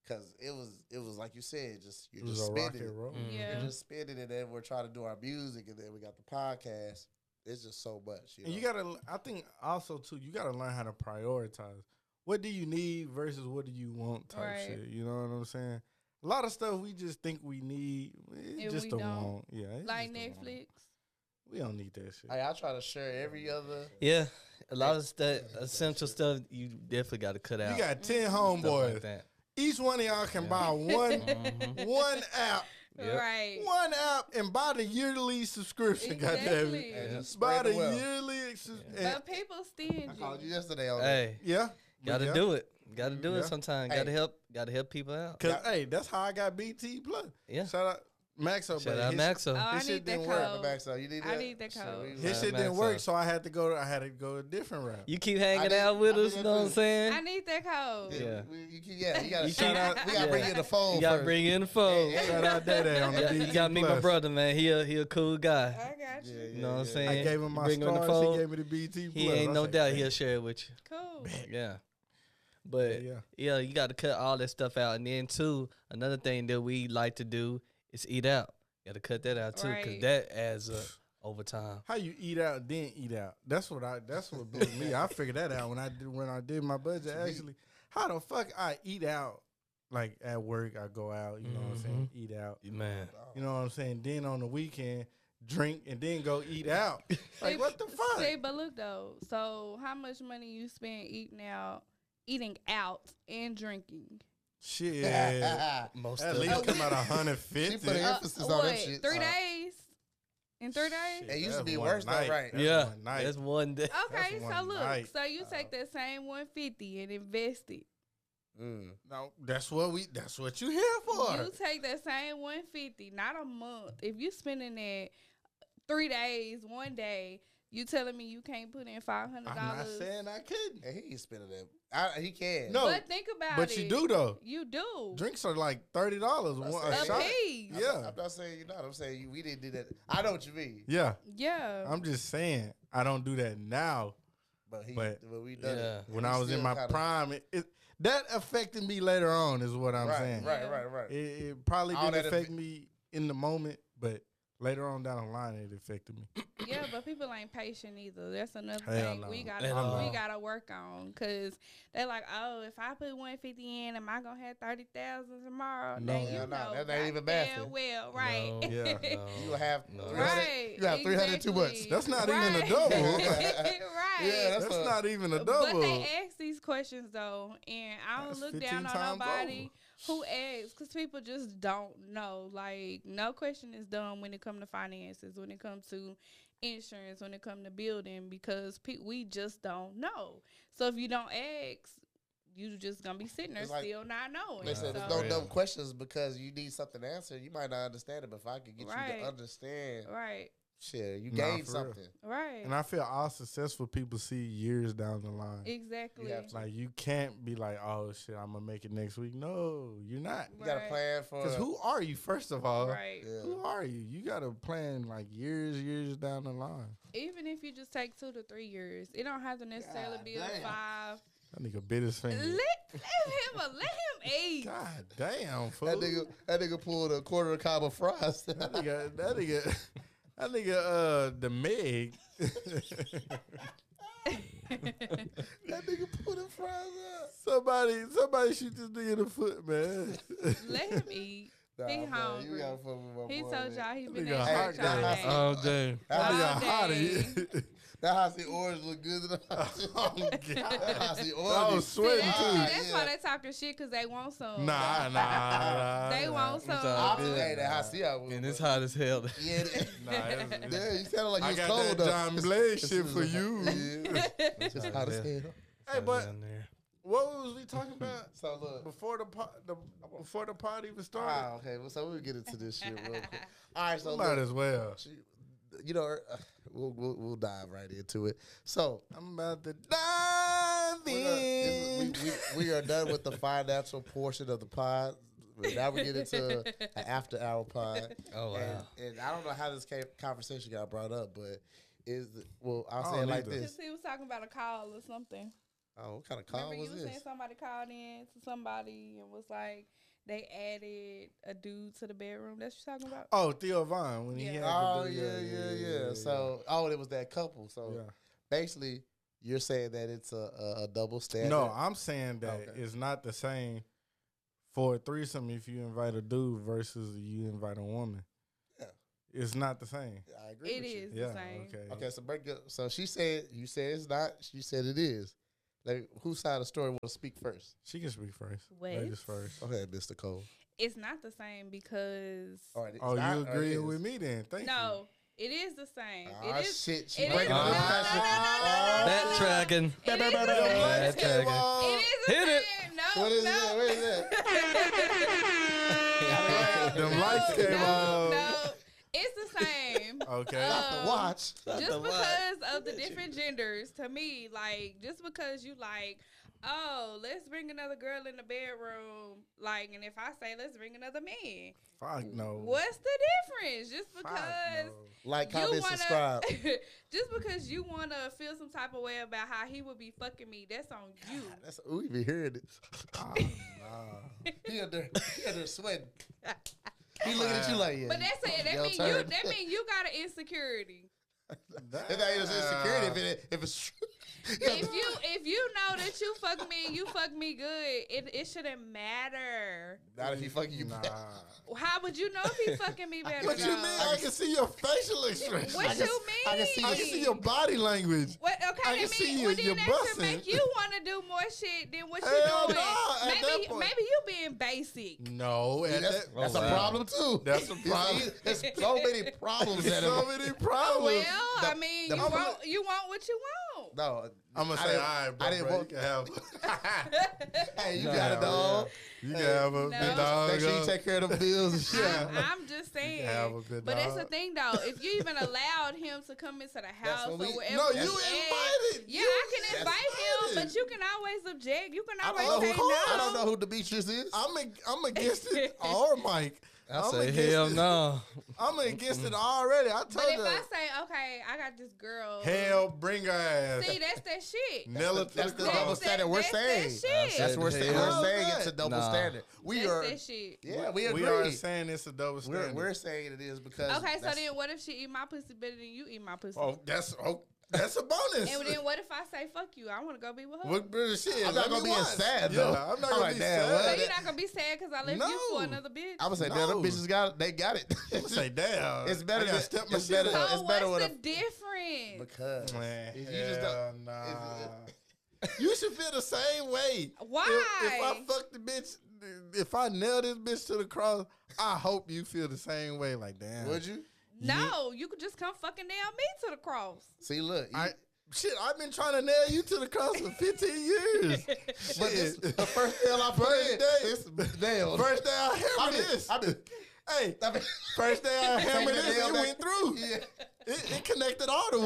S4: Cause it was it was like you said, just
S1: It
S4: you're
S1: was
S4: just
S1: a
S4: spending,
S1: rocket roll.
S3: Mm.
S5: Yeah.
S4: you're just spending, and then we're trying to do our music, and then we got the podcast. It's just so much. You,
S1: And you
S4: know?
S1: gotta I think also too, you gotta learn how to prioritize. What do you need versus what do you want type
S5: Right.
S1: shit. You know what I'm saying? A lot of stuff we just think we need. It's
S5: And
S1: just
S5: we
S1: a
S5: don't.
S1: want. Yeah. it's
S5: Like
S1: just a want.
S5: Netflix.
S1: We don't need that shit.
S4: Like, I try to share every other.
S3: Yeah. A lot of stuff, essential stuff, you definitely got to cut out.
S1: you got ten
S5: Mm-hmm.
S3: Stuff like
S1: homeboys.
S3: that.
S1: Each one of y'all can
S3: Yeah.
S1: buy one
S3: Mhm.
S1: one app.
S3: Yep.
S5: Right.
S1: One app and buy the yearly subscription, goddamn it.
S5: Exactly.
S4: and
S3: Yeah.
S4: just
S1: Buy
S4: spread
S1: the
S4: the wealth.
S1: yearly exes- and-
S5: But people stingy.
S4: I called you yesterday. On that.
S3: Hey,
S1: Oh, Yeah,
S3: got to
S1: yeah.
S3: do it. Got to do
S1: Yeah.
S3: it sometime.
S4: Hey.
S3: Got to help. Got to help people out.
S1: Cause hey, that's how I got BT Plus.
S3: Yeah.
S1: Shout out Maxo,
S3: Shout
S1: but
S3: out
S1: his,
S5: Oh,
S3: Maxo.
S5: I
S1: This shit
S5: need that
S1: didn't
S5: code.
S1: work.
S4: Right back, so you need
S5: I
S4: that.
S5: need that
S4: Shit,
S5: code.
S4: we-
S1: His
S3: Shout
S1: shit
S3: out
S1: didn't
S3: Maxo.
S1: work, so I had to go. I had to go a different route.
S3: You keep
S4: I
S3: hanging
S4: did-
S3: out with
S4: I did
S3: us.
S4: that
S3: You know what I'm
S4: too.
S5: I
S3: saying?
S5: need that code.
S4: Yeah,
S3: Yeah.
S4: we, you keep- yeah, you gotta
S3: You
S4: shout
S3: keep-
S4: out. We gotta
S3: yeah.
S4: bring in the phone.
S3: You got to
S4: first.
S3: bring in the phone.
S4: Yeah,
S1: Shout out Daddy on the
S3: Yeah,
S1: BT
S3: you got to meet my
S1: Plus.
S3: brother, man. He a, he a cool guy.
S5: I got you.
S4: Yeah, yeah,
S3: You know what I'm
S4: yeah.
S1: I
S3: saying?
S1: gave
S3: You
S1: him my
S3: bring on the
S1: stars. He
S3: phone,
S1: gave me the BT Plus.
S3: He ain't
S1: I
S3: no
S1: said,
S3: doubt
S1: "Hey,
S3: he'll share it with you.
S5: Cool.
S3: Yeah. But
S1: Yeah.
S3: yeah. you got to cut all that stuff out. And then, too, another thing that we like to do is eat out. Got to cut that out too, cause
S5: Right.
S3: that adds up over time.
S1: How you eat out, then eat out. That's what I. That's what blew me. I figured that out when I did when I did my budget. Actually, how the fuck I eat out? Like at work, I go out. You know what I'm saying? Eat
S3: Mm-hmm.
S1: out.
S3: Man,
S1: You know what I'm saying? Then on the weekend, drink and then go eat out.
S5: See,
S1: Like what the fuck?
S5: See, but look though. So how much money you spend eating out, eating out and drinking?
S1: Shit.
S3: most
S1: At
S3: of
S1: least
S3: it.
S1: come out
S4: She
S1: 150.
S4: put it-
S5: Uh,
S1: Shit,
S4: Emphasis on that shit.
S5: Three
S4: Uh,
S5: days. In three days.
S4: It used
S1: that's
S4: to be
S1: one
S4: worse though,
S1: night.
S4: right?
S1: That's
S3: yeah,
S1: one night.
S3: that's one day.
S5: Okay,
S1: That's one
S5: so look,
S1: night.
S5: so you take that same one fifty and invest it.
S4: Mm.
S1: No, that's what we. That's what you here for.
S5: You take that same one fifty, not a month. If you spending that three days, one day, you telling me you can't put in five hundred
S1: I'm not
S5: dollars?
S1: saying I couldn't,
S4: And he ain't spending that. I, he can.
S1: No.
S5: But think about
S1: but
S5: it.
S1: you do though.
S5: You do.
S1: Drinks are like thirty dollars
S4: I
S1: one a
S4: said-
S5: a
S1: shot.
S5: piece.
S4: I'm
S1: Yeah.
S4: not- I'm not saying you're not. I'm saying you, we didn't do that. I know what you mean.
S1: Yeah,
S5: Yeah.
S1: I'm just saying I don't do that now.
S4: But he,
S1: But-
S4: but, we done
S3: Yeah.
S4: it.
S1: When
S4: We
S1: I was in
S4: still
S1: my
S4: kinda-
S1: prime, it, it that affected me later on. Is what I'm
S4: right,
S1: saying.
S4: Right, right, right.
S1: It, it probably
S4: All
S1: didn't
S4: that
S1: affect
S4: affect-
S1: me in the moment, but later on down the line, it affected me.
S5: Yeah, but people ain't patient either. That's another
S1: Hell
S5: thing
S1: no.
S5: we gotta
S3: Hell
S5: we
S3: no.
S5: gotta work on because they're like, oh, if I put one fifty in, am I gonna have thirty thousand tomorrow?
S1: No.
S5: No, you
S4: Hell
S5: know,
S4: no, that ain't even
S5: goddamn
S4: math.
S5: Well, right?
S3: No,
S1: Yeah.
S3: no,
S4: You gonna have
S3: no.
S4: 300
S5: Right.
S4: You have 300 too much.
S5: exactly.
S1: That's not even a
S5: Right.
S1: double.
S5: right.
S4: Yeah,
S1: That's,
S4: That's a-
S1: not even a
S5: But
S1: double.
S5: they ask these questions though, and I
S1: That's
S5: don't look
S1: 15
S5: down
S1: times
S5: on nobody
S1: over.
S5: who asks because people just don't know. Like, no question is dumb when it comes to finances, when it comes to insurance, when it comes to building, because pe- we just don't know. So if you don't ask, you just gonna be sitting there
S4: It's like-
S5: still not knowing.
S4: They said
S5: so,
S4: there's no
S3: Yeah.
S4: dumb questions because you need something answered. You might not understand it, but if I could get you
S5: Right.
S4: to understand,
S5: right,
S4: shit, you
S1: Nah,
S4: gained
S1: for real.
S4: something.
S5: right,
S1: and I feel all successful people see years down the line.
S5: exactly.
S4: You have to-
S1: like you can't be like, oh shit, I'm gonna make it next week. No, you're not.
S4: You got a
S5: Right.
S4: plan for
S1: Because who are you? First of all,
S5: Right.
S4: Yeah.
S1: who are you? You got to plan like years, years down the line.
S5: Even if you just take two to three years, it don't have to necessarily
S4: God
S5: be a
S4: damn.
S5: five.
S1: That nigga bit his
S5: Let, let
S1: finger.
S5: him let him eat.
S1: God damn, fool.
S4: That nigga, that nigga pulled a quarter of a cob of fries.
S1: That nigga, that nigga, that nigga, uh, the Meg.
S4: that nigga pulled a fries up.
S1: somebody, somebody shoot this nigga in the foot, man.
S5: Let him eat.
S4: Nah,
S5: He
S4: man,
S5: hungry.
S4: You gotta fuck with my
S5: He
S4: boy,
S5: told
S4: man.
S5: y'all he been
S1: Nigga
S5: at
S1: hot Uh,
S5: church all
S4: guy.
S5: day.
S3: day.
S4: Oh, That
S5: All
S4: hot-
S1: Hot
S5: day.
S1: as-
S4: that hot seat orange look good to the
S1: oh, God.
S4: That hot seat
S1: I
S4: orange.
S1: was
S4: is-
S5: See,
S1: sweating
S5: that's
S1: too.
S5: that's
S4: Yeah.
S5: why they talking shit because they want some.
S1: Nah, nah, nah.
S5: They
S1: nah.
S5: want some.
S3: sorry.
S4: I'm
S3: good.
S4: glad that hot seat. I was-
S3: and it's hot as hell.
S4: Yeah, it-
S1: Nah, it was-
S4: yeah, you sounded like you
S1: I
S4: was
S1: got
S4: cold
S1: that
S4: though.
S1: John Blaze shit for you.
S4: Yeah. It's
S3: Sorry,
S4: hot as
S3: man.
S4: hell.
S1: Hey, but
S3: Down there.
S1: what was we talking about
S4: So look.
S1: before the, po- the before the party even started?
S4: Ah, okay. Well, so we'll get into this shit real quick. All right, so
S1: Might
S4: look,
S1: as well.
S4: she- you know, uh, we'll, we'll we'll dive right into it. So
S1: I'm about to dive
S4: we're gonna- this
S1: in.
S4: is- we, we, we are done with the financial portion of the pod. Now we get into an after hour pod.
S3: Oh wow.
S4: And, and I don't know how this came, conversation got brought up, but is the, well,
S1: I
S4: I'll say it
S1: don't
S4: like
S1: either.
S4: this.
S5: Because he was talking about a call or something.
S4: Oh, what kind of call
S5: Remember, you
S4: was
S5: was saying
S4: this?
S5: somebody called in to somebody and was like, they added a dude to the bedroom. That's what you talking about?
S1: Oh, Theo Vaughn when he
S5: Yeah.
S1: had
S4: Oh
S1: to do-
S4: yeah, yeah, yeah. So oh, it was that couple. So
S1: yeah.
S4: basically, you're saying that it's a a, a double standard.
S1: no, I'm saying that
S4: Okay.
S1: it's not the same for a threesome if you invite a dude versus you invite a woman.
S4: Yeah.
S1: It's not the same.
S4: I agree.
S5: It
S4: with you.
S5: is
S1: yeah.
S5: the same.
S1: Okay.
S4: Okay, so break up. So she said you said it's not. She said it is. Like whose side of the story want to speak first?
S1: She can speak first.
S5: Wait.
S1: Ladies first.
S4: Go ahead, Mr. Cole.
S5: It's not the same because.
S4: All right, it's
S1: Oh,
S4: not,
S1: you
S4: or it
S1: agree
S4: is?
S1: with me then? Thank
S5: No, it is the same.
S4: Ah,
S5: it is.
S4: shit. She
S5: it is-
S4: breaking up Ah,
S3: no,
S4: the
S3: no,
S4: fashion.
S5: no, no,
S3: that tracking.
S5: no, Uh, It is the
S1: you.
S5: same.
S3: That tracking.
S5: It is the
S3: Hit it.
S5: same. No,
S4: Ah. What is
S5: no.
S4: that? What is that?
S1: Them lights
S5: no,
S1: came on.
S5: No, it's the same.
S1: Okay.
S5: Uh,
S4: Watch.
S5: just
S3: what?
S5: because of the different genders, to me, like just because you like, oh, let's bring another girl in the bedroom, like, and if I say let's bring another man,
S1: Fuck no.
S5: what's the difference? Just
S1: Fuck
S5: because.
S1: no.
S4: Like,
S5: you
S4: comment, subscribe.
S5: just because you wanna feel some type of way about how he would be fucking me, that's on you.
S4: That's we be hearing it.
S1: Ah, nah.
S4: He under, he under sweating. He looking at you like, yeah.
S5: But that's it. That
S4: your
S5: mean you.
S4: turn.
S5: That mean you got an insecurity.
S4: If that is insecurity, if, it, if it's true.
S5: if you if you know that you fuck me and you fuck me good, it, it shouldn't matter.
S4: Not if he fucking you.
S6: Nah.
S4: back.
S5: How would you know if he fucking me better?
S1: What you mean?
S5: though?
S1: I can see your facial expression.
S5: What
S1: I
S5: you
S1: can,
S5: mean?
S4: I can see-
S1: I can see your body language.
S5: What, okay,
S1: I
S5: I
S1: can see
S5: mean,
S1: you-
S5: well, then
S1: you're
S5: that should
S1: busting.
S5: make you want to do more shit than what you
S1: Hell
S5: doing.
S1: nah, at that
S5: maybe,
S1: point.
S5: maybe you being basic.
S1: No,
S4: Yeah,
S1: at
S4: that's
S1: that,
S4: that's a
S3: wow.
S4: problem too.
S1: That's a
S4: It's
S1: problem.
S4: easy- There's so many problems that
S1: so
S4: are.
S1: many
S5: Well,
S1: problems.
S5: I mean,
S4: the
S5: you
S4: poli-
S5: want you want what you want.
S4: No,
S1: I'm gonna
S4: I
S1: say, all
S4: didn't-
S1: right, bro.
S4: I didn't
S1: bro,
S4: want-
S1: you can have,
S4: hey, you
S3: No,
S4: got
S1: yeah.
S4: a dog.
S1: you can have a
S5: No.
S1: big dog.
S4: Make sure you
S1: uh,
S4: take care of the bills and shit.
S1: Yeah.
S5: I'm, I'm just saying.
S1: have a good
S5: but that's the
S1: dog.
S5: thing, though. If you even allowed him to come into the house or
S4: what we-
S5: wherever,
S1: No,
S5: he
S1: you
S5: at,
S1: invited.
S5: Yeah,
S1: You
S5: I can invite him, but
S1: invited.
S5: you can always object. You can
S4: I don't, know
S5: always say
S4: who, I don't
S5: no.
S4: know who Demetrius is.
S1: I'm ag- I'm against it. All Mike.
S3: I
S1: am
S3: say
S1: against
S3: hell
S1: it.
S3: no.
S1: I'm against it already. I
S5: But if
S1: told
S5: I
S1: her.
S5: say, okay, I got this girl.
S1: Hell, bring her ass.
S5: See, that's that shit.
S1: Nella to
S4: That's
S1: the
S4: the double
S1: cross.
S5: that-
S4: standard we're
S5: that's that
S4: saying.
S5: shit.
S4: That's what we're saying. We're
S1: How's
S4: saying
S1: that?
S4: it's a double
S3: Nah.
S4: standard. We
S5: That's
S4: are.
S5: that shit.
S4: Yeah, we agree.
S1: We are saying it's a double
S4: we're,
S1: standard.
S4: we're saying it is because.
S5: Okay, so
S4: that's-
S5: then what if she eat my pussy better than you eat my pussy?
S1: oh, that's oh, that's a bonus.
S5: And then what if I say fuck you? I want to go be with her.
S1: What brother shit? let
S4: I'm not gonna
S1: me
S4: be
S1: watch.
S4: sad
S1: Yeah,
S4: though.
S1: I'm not
S4: I'm
S1: gonna
S4: like,
S1: be
S4: damn,
S5: so
S1: sad.
S4: what?
S5: you're not gonna be sad because I left you
S1: No.
S5: for another bitch.
S4: I would say, damn,
S1: No.
S4: them bitches got they got it.
S1: I'm gonna say damn.
S4: It's better
S1: I gotta
S4: than-
S1: step my
S4: it's
S1: shit
S4: better-
S5: so
S1: up.
S4: it's better
S5: what's
S4: with
S5: the
S4: a-
S5: difference?
S4: because
S1: Man,
S4: you just
S1: hell
S4: don't.
S1: nah. you should feel the same way.
S5: Why?
S1: If, if I fuck the bitch, if I nail this bitch to the cross, I hope you feel the same way. Like damn,
S4: Would you
S5: no, you could just come fucking down me to the cross.
S4: see? Look, you,
S1: I shit, I've been trying to nail you to the cross for 15 years.
S4: but this,
S1: Shit.
S4: the first nail I put
S1: First
S4: in,
S1: day.
S4: it's nailed.
S1: First day I
S4: I
S1: hammered
S4: mean,
S1: this.
S4: I mean,
S1: hey,
S4: I mean,
S1: first day I hammered
S4: that
S1: this,
S4: nail
S1: it
S4: back.
S1: went through.
S4: yeah,
S1: It, it connected all the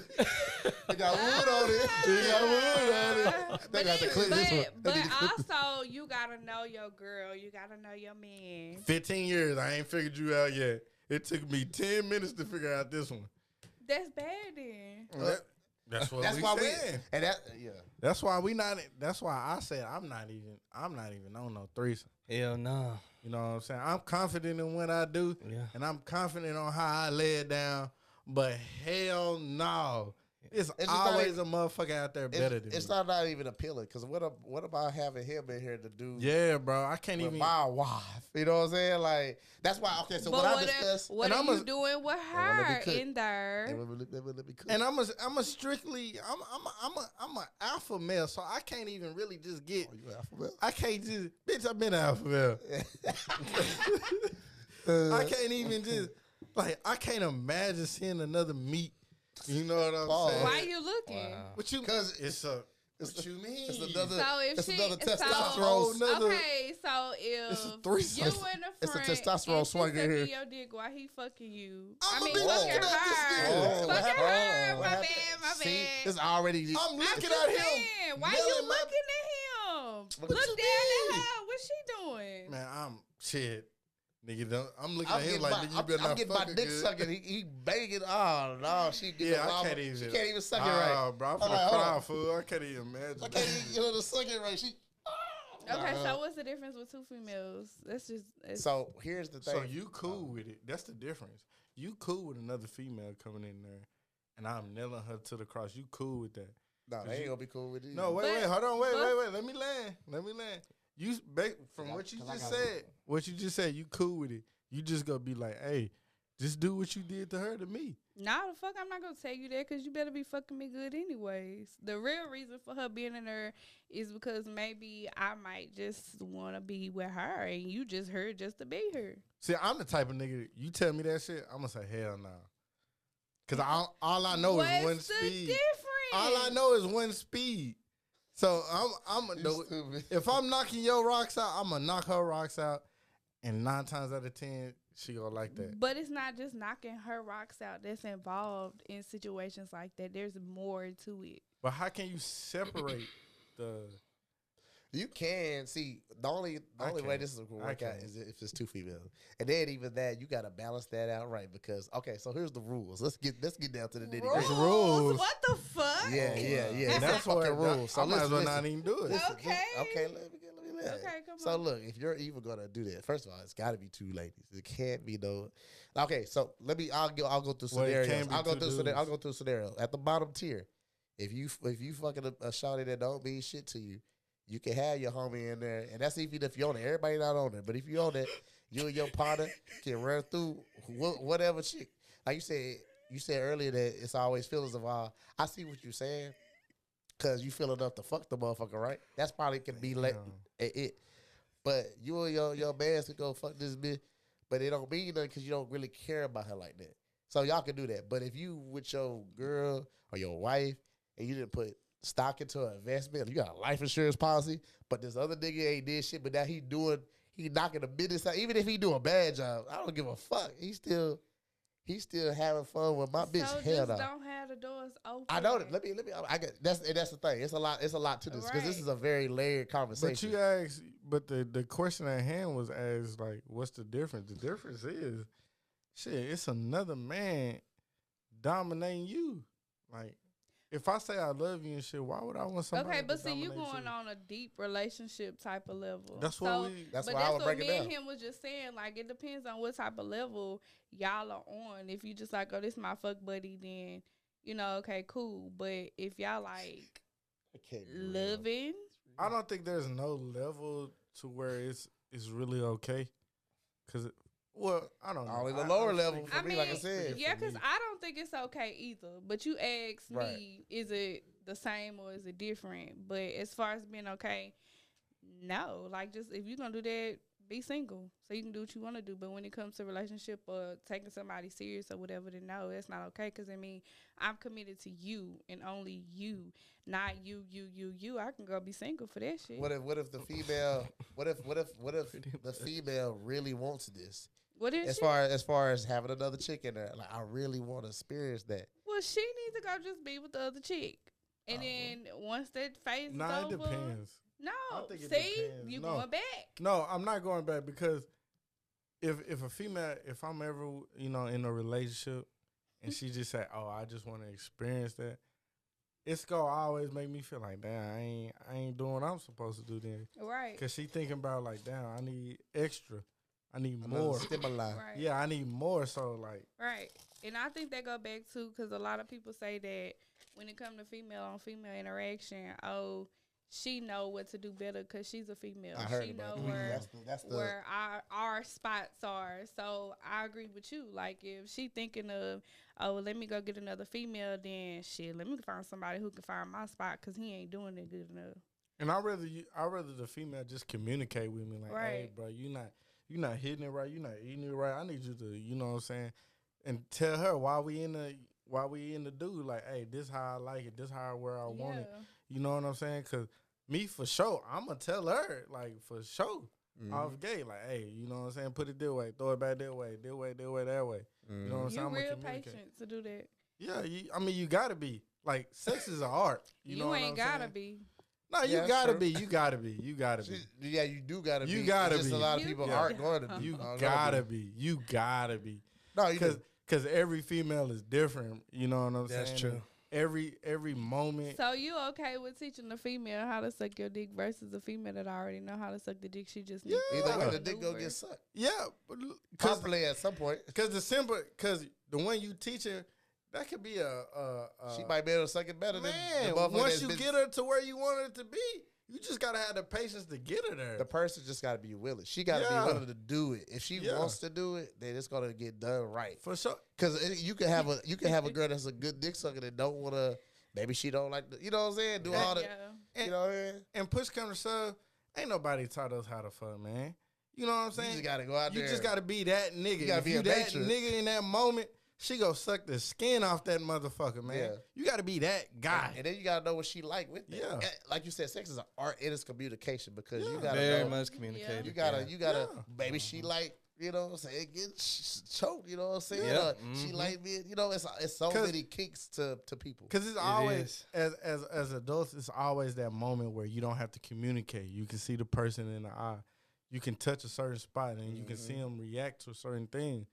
S1: wood.
S4: it got wood on it. It got wood on it.
S5: Uh,
S4: They
S5: but,
S4: got to clip this
S5: then-
S4: one.
S5: but,
S4: They
S5: but
S4: need to
S5: also, you gotta know your girl. You gotta know your man.
S1: 15 years, I ain't figured you out yet. It took me 10 minutes to figure out this one.
S5: That's bad then.
S1: That- that's what
S4: That's
S1: we
S4: why we
S1: saying.
S4: and that yeah.
S1: That's why we not. That's why I said I'm not even. I'm not even on no threesome.
S3: Hell no.
S1: You know what I'm saying? I'm confident in what I do,
S3: Yeah.
S1: and I'm confident on how I lay it down. But hell no, it's,
S4: just not
S1: always a motherfucker out there
S4: It's,
S1: better than
S4: it's
S1: me.
S4: not not even appealing because what ab- what about having him in here to do
S1: yeah, bro. I can't
S4: with
S1: even.
S4: my wife? You know what I'm saying? Like that's why. Okay, so
S5: but
S4: what I
S5: what,
S4: discussed.
S5: are, what
S1: and
S5: are
S1: I'm
S5: you
S1: a-
S5: doing with
S4: let me
S5: her
S4: cook.
S5: in
S4: They
S5: there?
S4: would- they would let me cook.
S1: And I'm a I'm a strictly I'm I'm a, I'm a I'm a alpha male, so I can't even really just get.
S4: Oh, you an alpha male?
S1: I can't just bitch. I've been an alpha male. I can't even just like I can't imagine seeing another meat. You know what I'm
S4: Pause.
S1: saying?
S5: Why you looking?
S1: What you? Cause it's a. What you mean?
S4: It's another.
S5: So if
S4: it's
S5: she-
S4: another
S5: so-
S4: testosterone.
S1: Whole nother-
S5: Okay, so if
S1: It's a
S5: you
S1: threesome.
S5: in the
S1: It's-
S5: front,
S4: it's a testosterone
S5: and she
S4: swing in
S5: sucking
S4: here.
S5: your dick while he fucking you.
S1: I'ma
S5: mean,
S1: be
S5: fucking
S1: looking at this
S5: her.
S1: nigga.
S4: Oh, what
S5: Fucking
S4: happened? Oh,
S5: her. my
S4: what
S5: bad.
S4: happened?
S5: My
S4: See,
S5: bad.
S4: it's already.
S1: I'm
S5: I'm
S1: looking
S5: just
S1: at him.
S5: saying, Why you
S1: yelling
S5: looking
S1: my-
S5: at him?
S4: What
S5: Look
S4: you
S5: down at
S1: mean?
S5: her. What's she doing?
S1: Man, I'm shit. Nigga, don't, I'm looking
S4: I'm
S1: at him
S4: getting
S1: like
S4: my,
S1: nigga, you
S4: I'm,
S1: better
S4: I'm
S1: not
S4: getting my
S1: fucking
S4: dick
S1: good.
S4: sucking. He, he banging. Oh no, she getting
S1: Yeah,
S4: a
S1: I
S4: wobble.
S1: can't even.
S4: She can't even suck it
S1: Ah,
S4: right.
S1: bro. I'm
S4: I'm like,
S1: finna
S4: hold
S1: cry,
S4: on.
S1: fool. I can't even imagine.
S4: I can't even get her to suck it right. She.
S5: Okay,
S4: Nah.
S5: so what's the difference with two females? That's just it's,
S4: So here's the thing.
S1: So you cool with it? That's the difference. You cool with another female coming in there, and I'm nailing her to the cross. You cool with that?
S4: No, they
S1: you-
S4: ain't gonna be cool with you.
S1: No, wait,
S5: But-
S1: wait, hold on, wait,
S5: but-
S1: wait, wait. Let me land. Let me land. You s- ba- from
S4: I-
S1: what you
S4: 'cause I
S1: just
S4: gotta-
S1: said, what you just said, you cool with it. You just gonna be like, hey, just do what you did to her to me.
S5: Nah, the fuck, I'm not gonna tell you that because you better be fucking me good anyways. The real reason for her being in there is because maybe I might just want to be with her, and you just her just to be her.
S1: See, I'm the type of nigga. You tell me that shit, I'm gonna say hell no. Cause I, all I know is one
S5: What's the
S1: speed.
S5: difference?
S1: All I know is one speed. So I'm I'm
S4: You
S1: the,
S4: stupid.
S1: if I'm knocking your rocks out, I'm gonna knock her rocks out, and nine times out of ten, she gonna like that.
S5: But it's not just knocking her rocks out that's involved in situations like that. There's more to it.
S1: But how can you separate the?
S4: You can see the only the
S1: I
S4: only way
S1: can't.
S4: this is gonna
S1: I
S4: work out
S1: can't.
S4: is if it's two females, and then even that you gotta balance that out right because okay, so here's the rules. Let's get let's get down to the nitty gritty.
S1: rules.
S5: What the fuck?
S4: Yeah, yeah, yeah.
S1: And
S4: That's
S1: that's why
S4: fucking
S1: rule.
S4: rules.
S1: So I
S4: So
S1: might as
S4: listen,
S1: well
S4: listen,
S1: not even do it.
S4: listen, listen.
S5: Okay.
S4: okay. Let me, get- let me, yeah.
S5: Okay, come
S4: so
S5: on.
S4: look, if you're even gonna do that, first of all, it's got to be two ladies. It can't be no. Okay, so let me. I'll go. I'll go through
S1: Well, it
S4: scenarios.
S1: can be
S4: I'll go
S1: two
S4: through. Scenario, I'll
S1: dudes.
S4: go through scenario at the bottom tier. If you if you fucking a, a shawty that don't mean shit to you, you can have your homie in there, and that's even if you own it. Everybody not on it, but if you own it, you and your partner can run through wh- whatever chick. Like you said, you said earlier that it's always feelings of all. I see what you're saying, cause you feeling up to fuck the motherfucker, right? That's probably can be like it. it. But you and your your man can go fuck this bitch, but it don't mean nothing because you don't really care about her like that. So y'all can do that. But if you with your girl or your wife and you didn't put stock into an investment, you got a life insurance policy, but this other nigga ain't did shit, but now he doing he knocking the business out. Even if he do a bad job, I don't give a fuck. He still he still having fun with my bitch.
S5: so
S4: Hell
S5: just
S4: no.
S5: don't have the doors open.
S4: I know that. Let me let me. I got that's and that's the thing. It's a lot. It's a lot to this because this
S5: Right.
S4: is a very layered
S1: But
S4: conversation.
S1: you asked, but the, the question at hand was asked, like, what's the difference? The difference is, shit, it's another man dominating you. Like, if I say I love you and shit, why would I want somebody?
S5: okay,
S1: to
S5: but see, you
S1: dominate
S5: going
S1: you?
S5: on a deep relationship type of level.
S1: That's what
S5: so,
S1: we.
S4: that's
S5: but
S4: why I
S5: that's
S4: would
S5: what
S4: break it
S5: me
S4: down.
S5: and him was just saying. Like it depends on what type of level y'all are on. If you just like, oh, this my fuck buddy, then you know, okay, cool. But if y'all like
S4: I can't be real.
S5: loving,
S1: I don't think there's no level to where it's it's really okay, cause it, well, I don't know.
S4: Only the
S1: I- I
S4: lower
S1: just
S4: level
S1: think-
S4: For
S5: I
S4: me,
S5: mean,
S4: like I said,
S5: yeah,
S1: for
S5: because
S1: me.
S5: I don't think it's okay either. But you asked
S4: Right.
S5: me, is it the same or is it different? But as far as being okay, no. Like, just if you're gonna do that, be single so you can do what you want to do. But when it comes to relationship or taking somebody serious or whatever, then no, that's not okay. Because I mean, I'm committed to you and only you, not you, you, you, you. I can go be single for that shit.
S4: What if what if the female what if what if what if the female really wants this?
S5: what is
S4: As
S5: she?
S4: far as far as having another chick in there, like I really want to experience that.
S5: well, she needs to go just be with the other chick. And
S4: Oh.
S5: then once that phase
S1: Nah,
S5: is
S1: it
S5: over,
S1: depends.
S5: No.
S1: think it
S5: See,
S1: depends.
S5: you
S1: No.
S5: going back.
S1: No, I'm not going back because if if a female, if I'm ever you know in a relationship and she just say, "Oh, I just want to experience that," it's gonna always make me feel like, "Damn, I ain't I ain't doing what I'm supposed to do then,"
S5: Right.
S1: because she thinking about like, "Damn, I need extra, I need
S4: Another
S1: more."
S4: stimuli.
S5: Right.
S1: Yeah, I need more. So like,
S5: Right. And I think that go back to because a lot of people say that when it comes to female on female interaction, oh, she know what to do better because she's a female.
S4: I heard
S5: she
S4: about
S5: know
S4: that.
S5: where
S4: Mm-hmm. That's the that's the
S5: where our our spots are. So I agree with you. Like if she thinking of, oh, well, let me go get another female, then shit, let me find somebody who can find my spot because he ain't doing it good enough.
S1: and I rather you, I rather the female just communicate with me like, "Hey,
S5: Right.
S1: bro, you not you not hitting it right, you not eating it right. I need you to, you know what I'm saying." and tell her why we in the why we in the dude like hey this how i like it this how where i want it you know what i'm saying because me for sure i'ma tell her like for sure
S4: mm-hmm.
S1: off gay like hey you know what i'm saying put it this way throw it back that way this way this way that way you know what i'm saying
S5: Mm-hmm. You
S1: I'ma
S5: real
S1: communicate.
S5: patient to do that.
S1: yeah you, i mean you gotta be like sex is an art you,
S5: You,
S1: know what I'm
S5: ain't gotta
S1: saying?
S5: be.
S1: no you
S4: Yeah, that's
S1: gotta
S4: true.
S1: be you gotta be you gotta be
S4: She- yeah, you do gotta
S1: You
S4: be. It's
S1: gotta
S4: just
S1: be.
S4: a lot of
S5: You
S4: people
S5: gotta-
S4: aren't going to be.
S1: you
S4: aren't gonna
S1: gotta be you gotta be
S4: No, you
S1: because
S4: do.
S1: because every female is different. You know what I'm saying?
S3: That's true.
S1: Every every moment.
S5: So you okay with teaching a female how to suck your dick versus a female that already know how to suck the dick? She just needs to
S4: either way
S5: know
S4: the
S5: how
S4: dick
S5: to
S4: go
S5: maneuver.
S4: get sucked.
S1: yeah, but l- cause,
S4: Properly at some point.
S1: cause the simple cause the one you teaching that could be a, a, a
S4: She might be able to suck it better than
S1: man.
S4: the motherfucker
S1: Once
S4: that's
S1: you
S4: been-
S1: get her to where you want it to be, you just gotta have the patience to get her there.
S4: The person just got to be willing. She got to
S1: Yeah.
S4: be willing to do it. If she
S1: Yeah.
S4: wants to do it, then it's gonna get done right.
S1: for sure.
S4: Because you can have a you can have a girl that's a good dick sucker that don't want to. Maybe she don't like the, you know what I'm saying. Do all the
S5: Yeah.
S4: you know what I mean.
S1: And push comes to shove, ain't nobody taught us how to fuck, man. You know what I'm saying?
S4: You just gotta go out
S1: You
S4: there.
S1: just gotta be that nigga.
S4: You gotta
S1: if
S4: be
S1: you
S4: a
S1: that
S4: matron.
S1: nigga in that moment, she go suck the skin off that motherfucker, man.
S4: Yeah.
S1: You gotta be that guy.
S4: and then you gotta know what she like with it.
S1: Yeah.
S4: like you said, sex is an art and it's communication because you
S1: Yeah.
S4: gotta
S3: Very
S4: know.
S3: much Mm-hmm. communicated.
S4: You gotta
S3: yeah.
S4: you gotta
S1: Yeah.
S4: maybe she like you know what I'm saying get sh- choked. You know what I'm saying.
S3: Yeah.
S4: Uh, She
S3: Mhm.
S4: like me. You know it's it's so
S1: 'Cause-
S4: many kinks to to people.
S1: Cause it's
S3: It
S1: always
S3: is.
S1: as as as adults, it's always that moment where you don't have to communicate. You can see the person in the eye. You can touch a certain spot and you can see
S4: Mm-hmm.
S1: them react to a certain thing.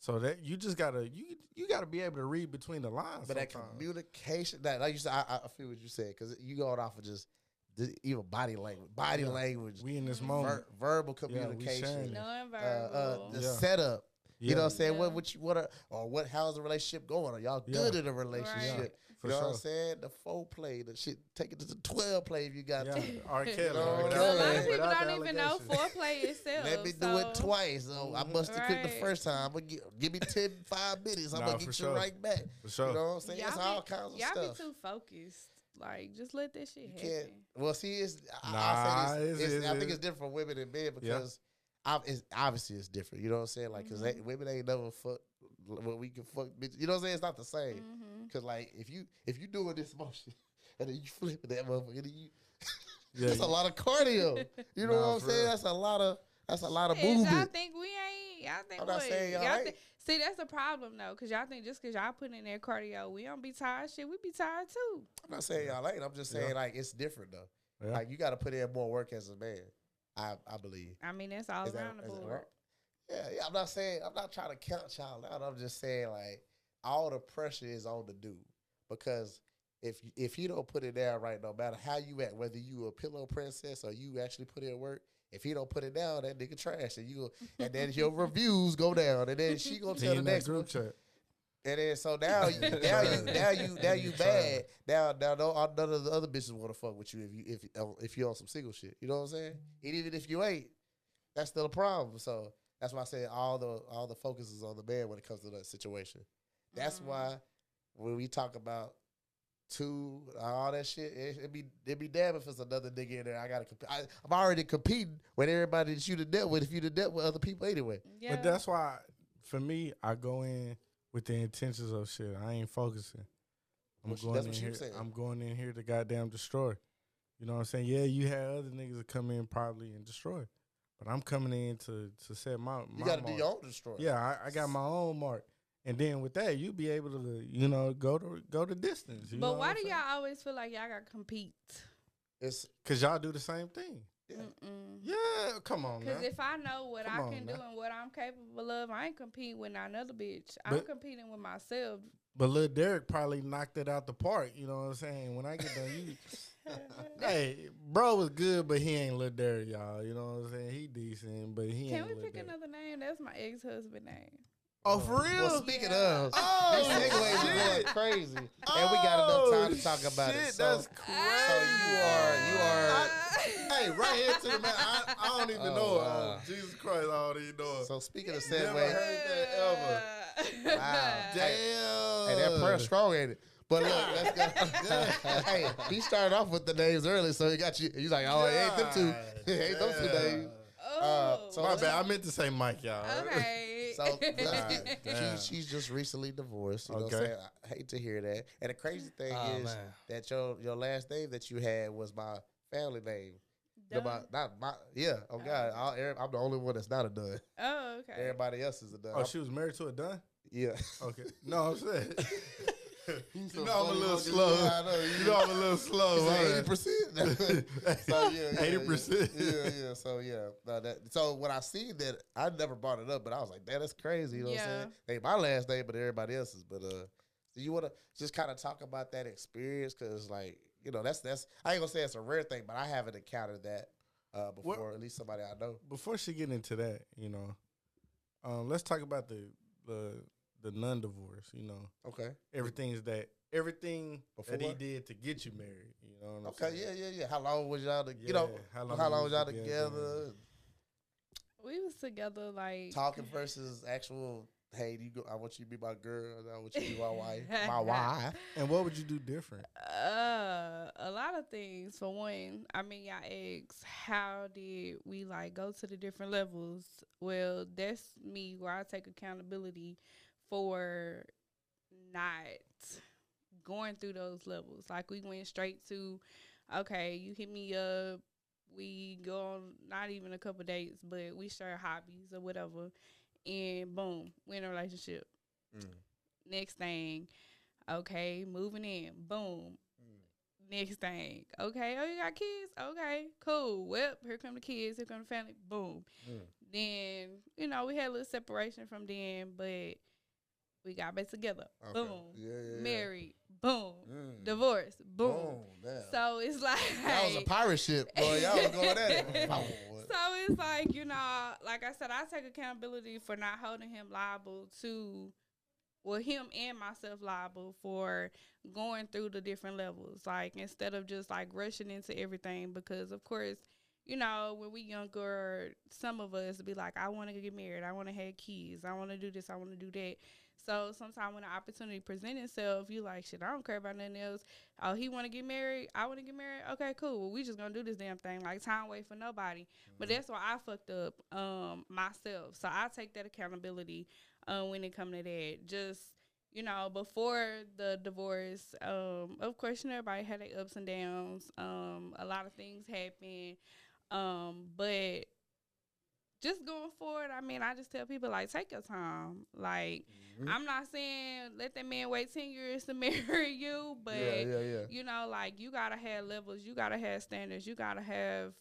S1: So that you just gotta you you gotta be able to read between the lines.
S4: But that
S1: sometimes.
S4: communication, that like you said, I, I- I feel what you said because you going off of just th- even body language, body
S7: Yeah.
S4: language,
S7: We in this
S5: Mm.
S7: moment.
S4: ver- verbal
S7: we sharing
S4: communication,
S7: it.
S4: uh, uh,
S5: Nonverbal.
S4: the
S7: Yeah.
S4: setup. You know what I'm saying?
S5: Yeah.
S4: What what you what are or what how's the relationship going? Are y'all
S7: Yeah.
S4: good in a relationship?
S5: Right.
S7: For
S4: you know what I'm
S7: sure.
S4: saying? The foreplay, the shit, take it to the twelve play if you got
S7: Yeah.
S4: to.
S7: R. Kelly.
S5: You
S4: know what I'm
S7: without-
S5: a
S4: saying?
S5: lot of people
S7: without
S5: don't
S7: the
S5: even know
S7: allegations.
S5: foreplay itself.
S4: Let me do it
S5: so-
S4: twice. So
S7: Mm-hmm.
S4: I must have quit the
S5: Right.
S4: first time. I'm gonna give me 10, 5 minutes. I'm
S7: Nah,
S4: gonna
S7: for
S4: get you
S7: sure.
S4: right back.
S7: For sure.
S4: You know what I'm saying?
S5: Y'all
S4: It's
S5: be-
S4: all kinds of
S5: Y'all
S4: stuff.
S5: be too focused. Like, just let that shit
S4: You
S5: happen.
S4: can't. Well, see, it's I, I, say
S7: Nah,
S4: this,
S7: it's-
S4: it's-
S7: it's-
S4: I think
S7: it's-
S4: it's different for women and men because ob- it's, obviously it's different. You know what I'm saying? Like, because
S5: Mhm.
S4: women ain't never fuck when we can fuck bitches. You know what I'm saying? It's not the same.
S5: Mhm.
S4: Cause like if you if you doing this motion and then you flipping that motherfucker, then you
S7: Yeah,
S4: that's a
S7: you-
S4: lot of cardio. You know
S7: Nah,
S4: what I'm
S7: for
S4: saying?
S7: real.
S4: That's a lot of that's a lot of
S5: Shit, Y'all
S4: movement.
S5: think we ain't? Y'all think
S4: I'm not
S5: what?
S4: saying y'all
S5: Y'all
S4: ain't.
S5: thi- See, that's the problem though, cause y'all think just cause y'all put in their cardio, we don't be tired. Shit, we be tired too.
S4: I'm not saying y'all ain't. I'm just saying
S7: Yeah.
S4: like it's different though.
S7: Yeah.
S4: Like you got to put in more work as a man. I I believe.
S5: I mean, that's all
S4: Is that-
S5: around the
S4: is that
S5: board.
S4: right? Yeah, yeah. I'm not saying I'm not trying to count y'all out. I'm just saying like all the pressure is on the dude because if you- if you don't put it down right, no matter how you act, whether you a pillow princess or you actually put in work, if he don't put it down, that nigga trash, and you and then your reviews go down, and then she gonna
S7: He
S4: tell the
S7: in that
S4: next one,
S7: group chat.
S4: and then so now you now you now you now you
S7: Trash.
S4: bad now now no all- none of the other bitches want to fuck with you if you if uh, if you on some single shit. You know what I'm saying? And even if you ain't, that's still a problem. So that's why I said all the all the focus is on the man when it comes to that situation. That's
S5: Mm.
S4: why when we talk about two all that shit, it, it be it be damn if it's another nigga in there. I gotta compete. I, I'm already competing with everybody that you done dealt with if you done dealt with other people anyway.
S5: Yeah.
S7: But that's why, for me, I go in with the intentions of shit. I ain't focusing. I'm
S4: What she-
S7: going
S4: that's
S7: in
S4: what she
S7: here.
S4: was saying.
S7: I'm going in here to goddamn destroy. You know what I'm saying? Yeah, you had other niggas that come in probably and destroy, but I'm coming in to to set my.
S4: You
S7: my
S4: gotta do
S7: mark.
S4: your own destroy.
S7: Yeah, I, I got my own mark, and then with that, you be able to you know go to go the distance.
S5: but why do y'all always feel like y'all gotta compete?
S4: It's
S7: Because y'all do the same thing.
S4: Yeah.
S5: Mm-mm.
S7: Yeah, come on, man.
S5: Cause if I know what
S7: Come
S5: I
S7: on
S5: can do
S7: now.
S5: and what I'm capable of, I ain't competing with another bitch. I'm
S7: But-
S5: competing with myself.
S7: But Lil Derek probably knocked it out the park. You know what I'm saying? When I get done, you. hey, bro was good, but he ain't Lil Derek, y'all. You know what I'm saying? He decent, but he
S5: Can
S7: ain't
S5: we
S7: Lil
S5: pick
S7: Derek.
S5: another name? That's my ex husband name.
S7: Oh, for real?
S4: Well, speaking
S5: Yeah.
S4: of,
S7: Oh,
S4: these segues is
S7: shit.
S4: going crazy, and we got enough time to talk about
S7: shit,
S4: it. So,
S7: that's crazy.
S4: you are, you are.
S7: hey, right here to the man. I, I don't even
S4: Oh,
S7: know.
S4: wow.
S7: Oh, Jesus Christ, I don't even know.
S4: so speaking of
S7: Never
S4: segue,
S7: heard that ever.
S4: Wow.
S7: Damn.
S4: hey, that prayer strong ain't it? But look, let's go. hey, he started off with the names early, so he got you. He's like, oh, it ain't them two, it ain't them two names.
S5: Oh.
S4: so
S7: My Uh, bad. I meant to say Mike, y'all.
S5: Okay.
S4: So listen,
S7: God
S4: she,
S7: damn.
S4: she's just recently divorced. You know what
S7: Okay.
S4: I'm saying? I hate to hear that. And the crazy thing
S3: Oh,
S4: is
S3: man.
S4: that your your last name that you had was my family name.
S5: Done.
S4: My, not my, yeah. Oh God, I'll, I'm the only one that's not a dud.
S5: Oh, okay.
S4: Everybody else is a dud.
S7: Oh, she was married to a Dunn?
S4: yeah.
S7: Okay. No, I'm saying.
S4: So
S7: you know I'm a
S4: funny
S7: little
S4: motherfucker.
S7: slow.
S4: Yeah, I know.
S7: You know I'm a little slow.
S4: Eighty percent. So yeah, yeah, yeah.
S7: 80%.
S4: Yeah, yeah. So yeah, no, that, so when I see that, I never brought it up, but I was like, "Damn, that's crazy." You know what I'm
S5: Yeah.
S4: saying? Ain't my last name, but everybody else's. But uh, do you want to just kind of talk about that experience? Because like, you know, that's that's I ain't gonna say it's a rare thing, but I haven't encountered that uh before. At least somebody I know.
S7: Before she get into that, you know, um, let's talk about the the the nun divorce. You know,
S4: Okay.
S7: everything's that everything that he
S4: Before?
S7: did to get you married. You know what I'm
S4: Okay.
S7: saying?
S4: Yeah, yeah, yeah. How long was y'all? To, You know,
S7: Yeah,
S4: how
S7: how
S4: long,
S7: long was
S4: was y'all
S7: together?
S4: together?
S5: We was together like
S4: talking versus actual. Hey, you go. I want you to be my girl. and I want you to be my wife. My wife.
S7: And what would you do different?
S5: Uh, a lot of things. For one, I mean, y'all asked how did we like go to the different levels? Well, that's me where I take accountability for not going through those levels. Like we went straight to, okay, you hit me up. We go on not even a couple dates, but we share hobbies or whatever, and boom, we in a relationship.
S7: Mm,
S5: Next thing, okay, moving in, boom.
S7: mm,
S5: Next thing, okay, oh, you got kids? Okay, cool. Well, here come the kids, here come the family, boom.
S4: Mm.
S5: Then, you know, we had a little separation from then, but we We got back together.
S4: Okay.
S5: Boom.
S4: Yeah, yeah, yeah.
S5: Married. Boom.
S4: Mm.
S5: Divorce. Boom.
S4: damn.
S5: So it's like
S4: that was a pirate ship, boy. Y'all was going at it. Pow.
S5: So it's like, you know, like I said, I take accountability for not holding him liable to, well, him and myself liable for going through the different levels. Like, instead of just like rushing into everything, because of course, you know, when we younger, some of us be like, I want to get married. I want to have kids. I want to do this. I want to do that. So sometimes when the opportunity presents itself, you like, shit, I don't care about nothing else. Oh, he want to get married. I want to get married. Okay, cool. Well, we just gonna do this damn thing. Like time wait for nobody. But that's why I fucked up um myself. So I take that accountability uh, when it come to that. Just you know, before the divorce, um, of course, you know, everybody had their ups and downs. Um, a lot of things happened. Um, but just going forward, I mean, I just tell people like, take your time. Like, I'm not saying let that man wait ten years to marry you, but
S4: yeah, yeah, yeah.
S5: you know, like you gotta have levels, you gotta have standards, you gotta have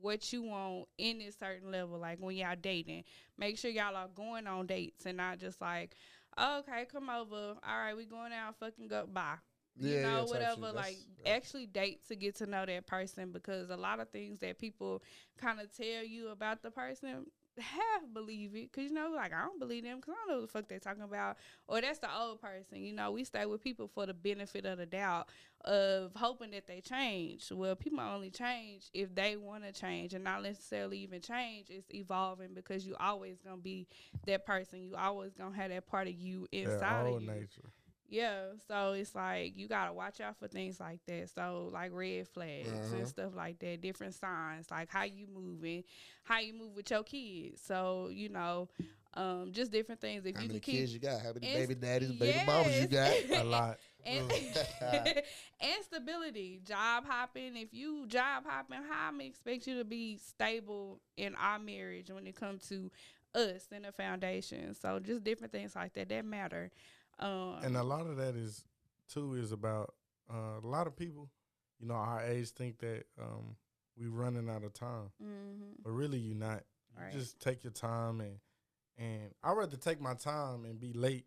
S5: what you want in a certain level. Like when y'all dating, make sure y'all are going on dates and not just like, okay, come over, all right, we going out, fucking go, bye. You
S4: Yeah, yeah,
S5: know,
S4: type shit.
S5: whatever.
S4: That's-
S5: Like,
S4: yeah.
S5: actually date to get to know that person because a lot of things that people kind of tell you about the person half believe it because you know like i don't believe them because i don't know what the fuck they're talking about or that's the old person you know we stay with people for the benefit of the doubt of hoping that they change well people only change if they want to change and not necessarily even change it's evolving because you always gonna be that person you always gonna have that part of you inside of you
S1: nature.
S5: yeah, so it's like you gotta watch out for things like that. So like red flags
S4: Uh-huh.
S5: and stuff like that, different signs, like how you moving, how you move with your kids. So you know, um, just different things. If
S4: How
S5: you
S4: many
S5: can keep
S4: kids you got? How many
S5: and-
S4: baby daddies, baby mamas you got?
S5: yes.
S1: A lot.
S5: and,
S4: Mm.
S5: and stability, job hopping. If you job hopping, how I'm expect you to be stable in our marriage when it comes to us and the foundation. So just different things like that that matter. Um,
S1: And a lot of that is too is about uh, a lot of people, you know, our age think that um, we running out of time,
S5: mhm.
S1: but really you not. You
S5: Right.
S1: Just take your time and and I rather take my time and be late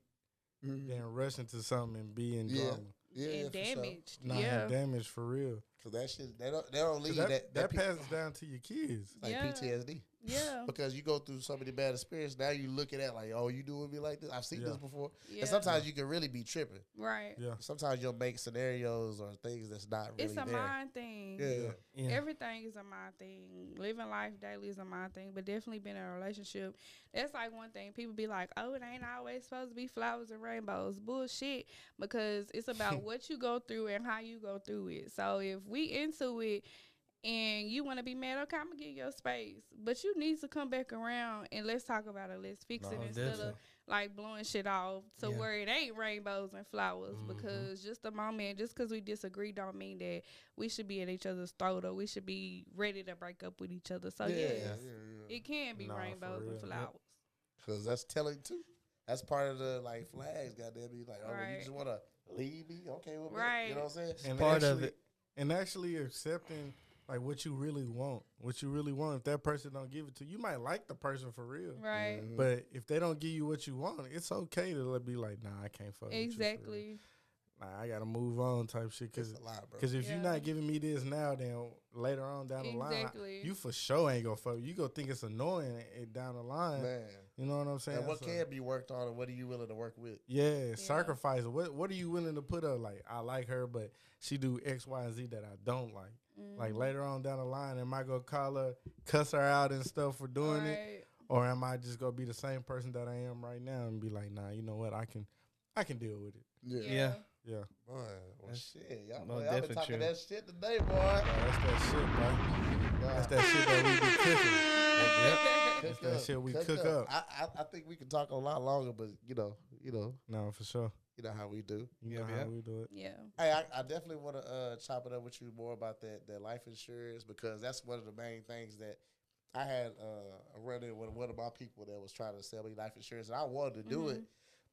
S4: Mm-hmm.
S7: Mm-hmm.
S1: than rush into something and be in
S4: Yeah.
S1: drama,
S4: Yeah,
S5: and
S4: for sure.
S5: damaged.
S1: not
S5: yeah.
S1: have damage for real.
S4: Cause that shit, they don't, they don't leave
S1: 'Cause that,
S4: that.
S1: that
S4: that pe-
S1: passes down to your kids.
S4: like
S5: Yeah. Oh.
S4: PTSD.
S5: yeah.
S4: Because you go through so many bad experiences, now you look at that like, oh, you doing me like this? I've seen
S1: Yeah.
S4: this before.
S5: Yeah.
S4: And sometimes you can really be tripping.
S5: right.
S1: Yeah.
S4: Sometimes you'll make scenarios or things that's not really
S5: It's a
S4: there.
S5: mind thing.
S4: Yeah.
S1: Yeah.
S5: Everything is a mind thing. Living life daily is a mind thing, but definitely being in a relationship, that's like one thing. People be like, "Oh, it ain't always supposed to be flowers and rainbows." Bullshit, because it's about what you go through and how you go through it. So if we into it and you want to be mad, okay, I'm gonna give you your space, but you need to come back around and let's talk about it. Let's fix it
S1: No,
S5: instead of
S1: definitely.
S5: like blowing shit off to
S1: Yeah.
S5: where it ain't rainbows and flowers
S1: Mhm.
S5: because just a moment, just because we disagree, don't mean that we should be at each other's throat or we should be ready to break up with each other. So yeah, it can be
S1: Nah, for
S5: rainbows
S1: real.
S5: and
S1: Yep.
S5: flowers.
S4: Cause that's telling too. That's part of the like flags, goddamn. You like, oh, well, you
S5: Right.
S4: just wanna leave me? Okay, well, bet. You
S5: Right.
S4: know what I'm saying?
S1: and
S3: part
S1: actually,
S3: of it.
S1: and actually accepting like what you really want what you really want if that person don't give it to you you might like the person for real
S5: Right.
S4: Mm-hmm.
S1: but if they don't give you what you want it's okay to let- be like nah i can't fuck with you for real.
S5: Exactly.
S1: nah i gotta move on type shit
S4: It's
S1: because
S4: a lot, bro.
S1: if
S5: Yeah.
S1: you're not giving me this now then later on down the line I-
S5: Exactly.
S1: you for sure ain't gonna fuck you gonna think it's annoying eh, down the line
S4: Man.
S1: you know what i'm saying
S4: And what
S1: So-
S4: can be worked on and what are you willing to work with?
S1: yeah, sacrifice. What what are you willing to put up? Like I like her, but she do X, Y, and Z that I don't like.
S5: Mm-hmm.
S1: Like later on down the line, am I gonna call her, cuss her out and stuff for doing it,
S5: Right.
S1: or am I just gonna be the same person that I am right now and be like, nah, you know what, I can, I can deal with it.
S5: Yeah.
S1: Yeah,
S4: Boy, well, shit. Y'all,
S3: most
S4: boy, y'all been
S3: definitely
S4: talking
S3: true.
S4: that shit today, boy.
S1: that's that shit, bro. That's that shit that we be cooking. That's that shit we cook, up.
S4: I, I, I think we can talk a lot longer, but you know, you know,
S1: No, for sure.
S4: you know how we do.
S1: You
S3: Yeah,
S1: know
S3: yeah.
S1: how we do it.
S5: Yeah.
S4: Hey, I, I definitely want to uh, chop it up with you more about that that life insurance because that's one of the main things that I had
S5: Mm-hmm.
S4: uh, a run in with one of my people that was trying to sell me life insurance, and I wanted to do it,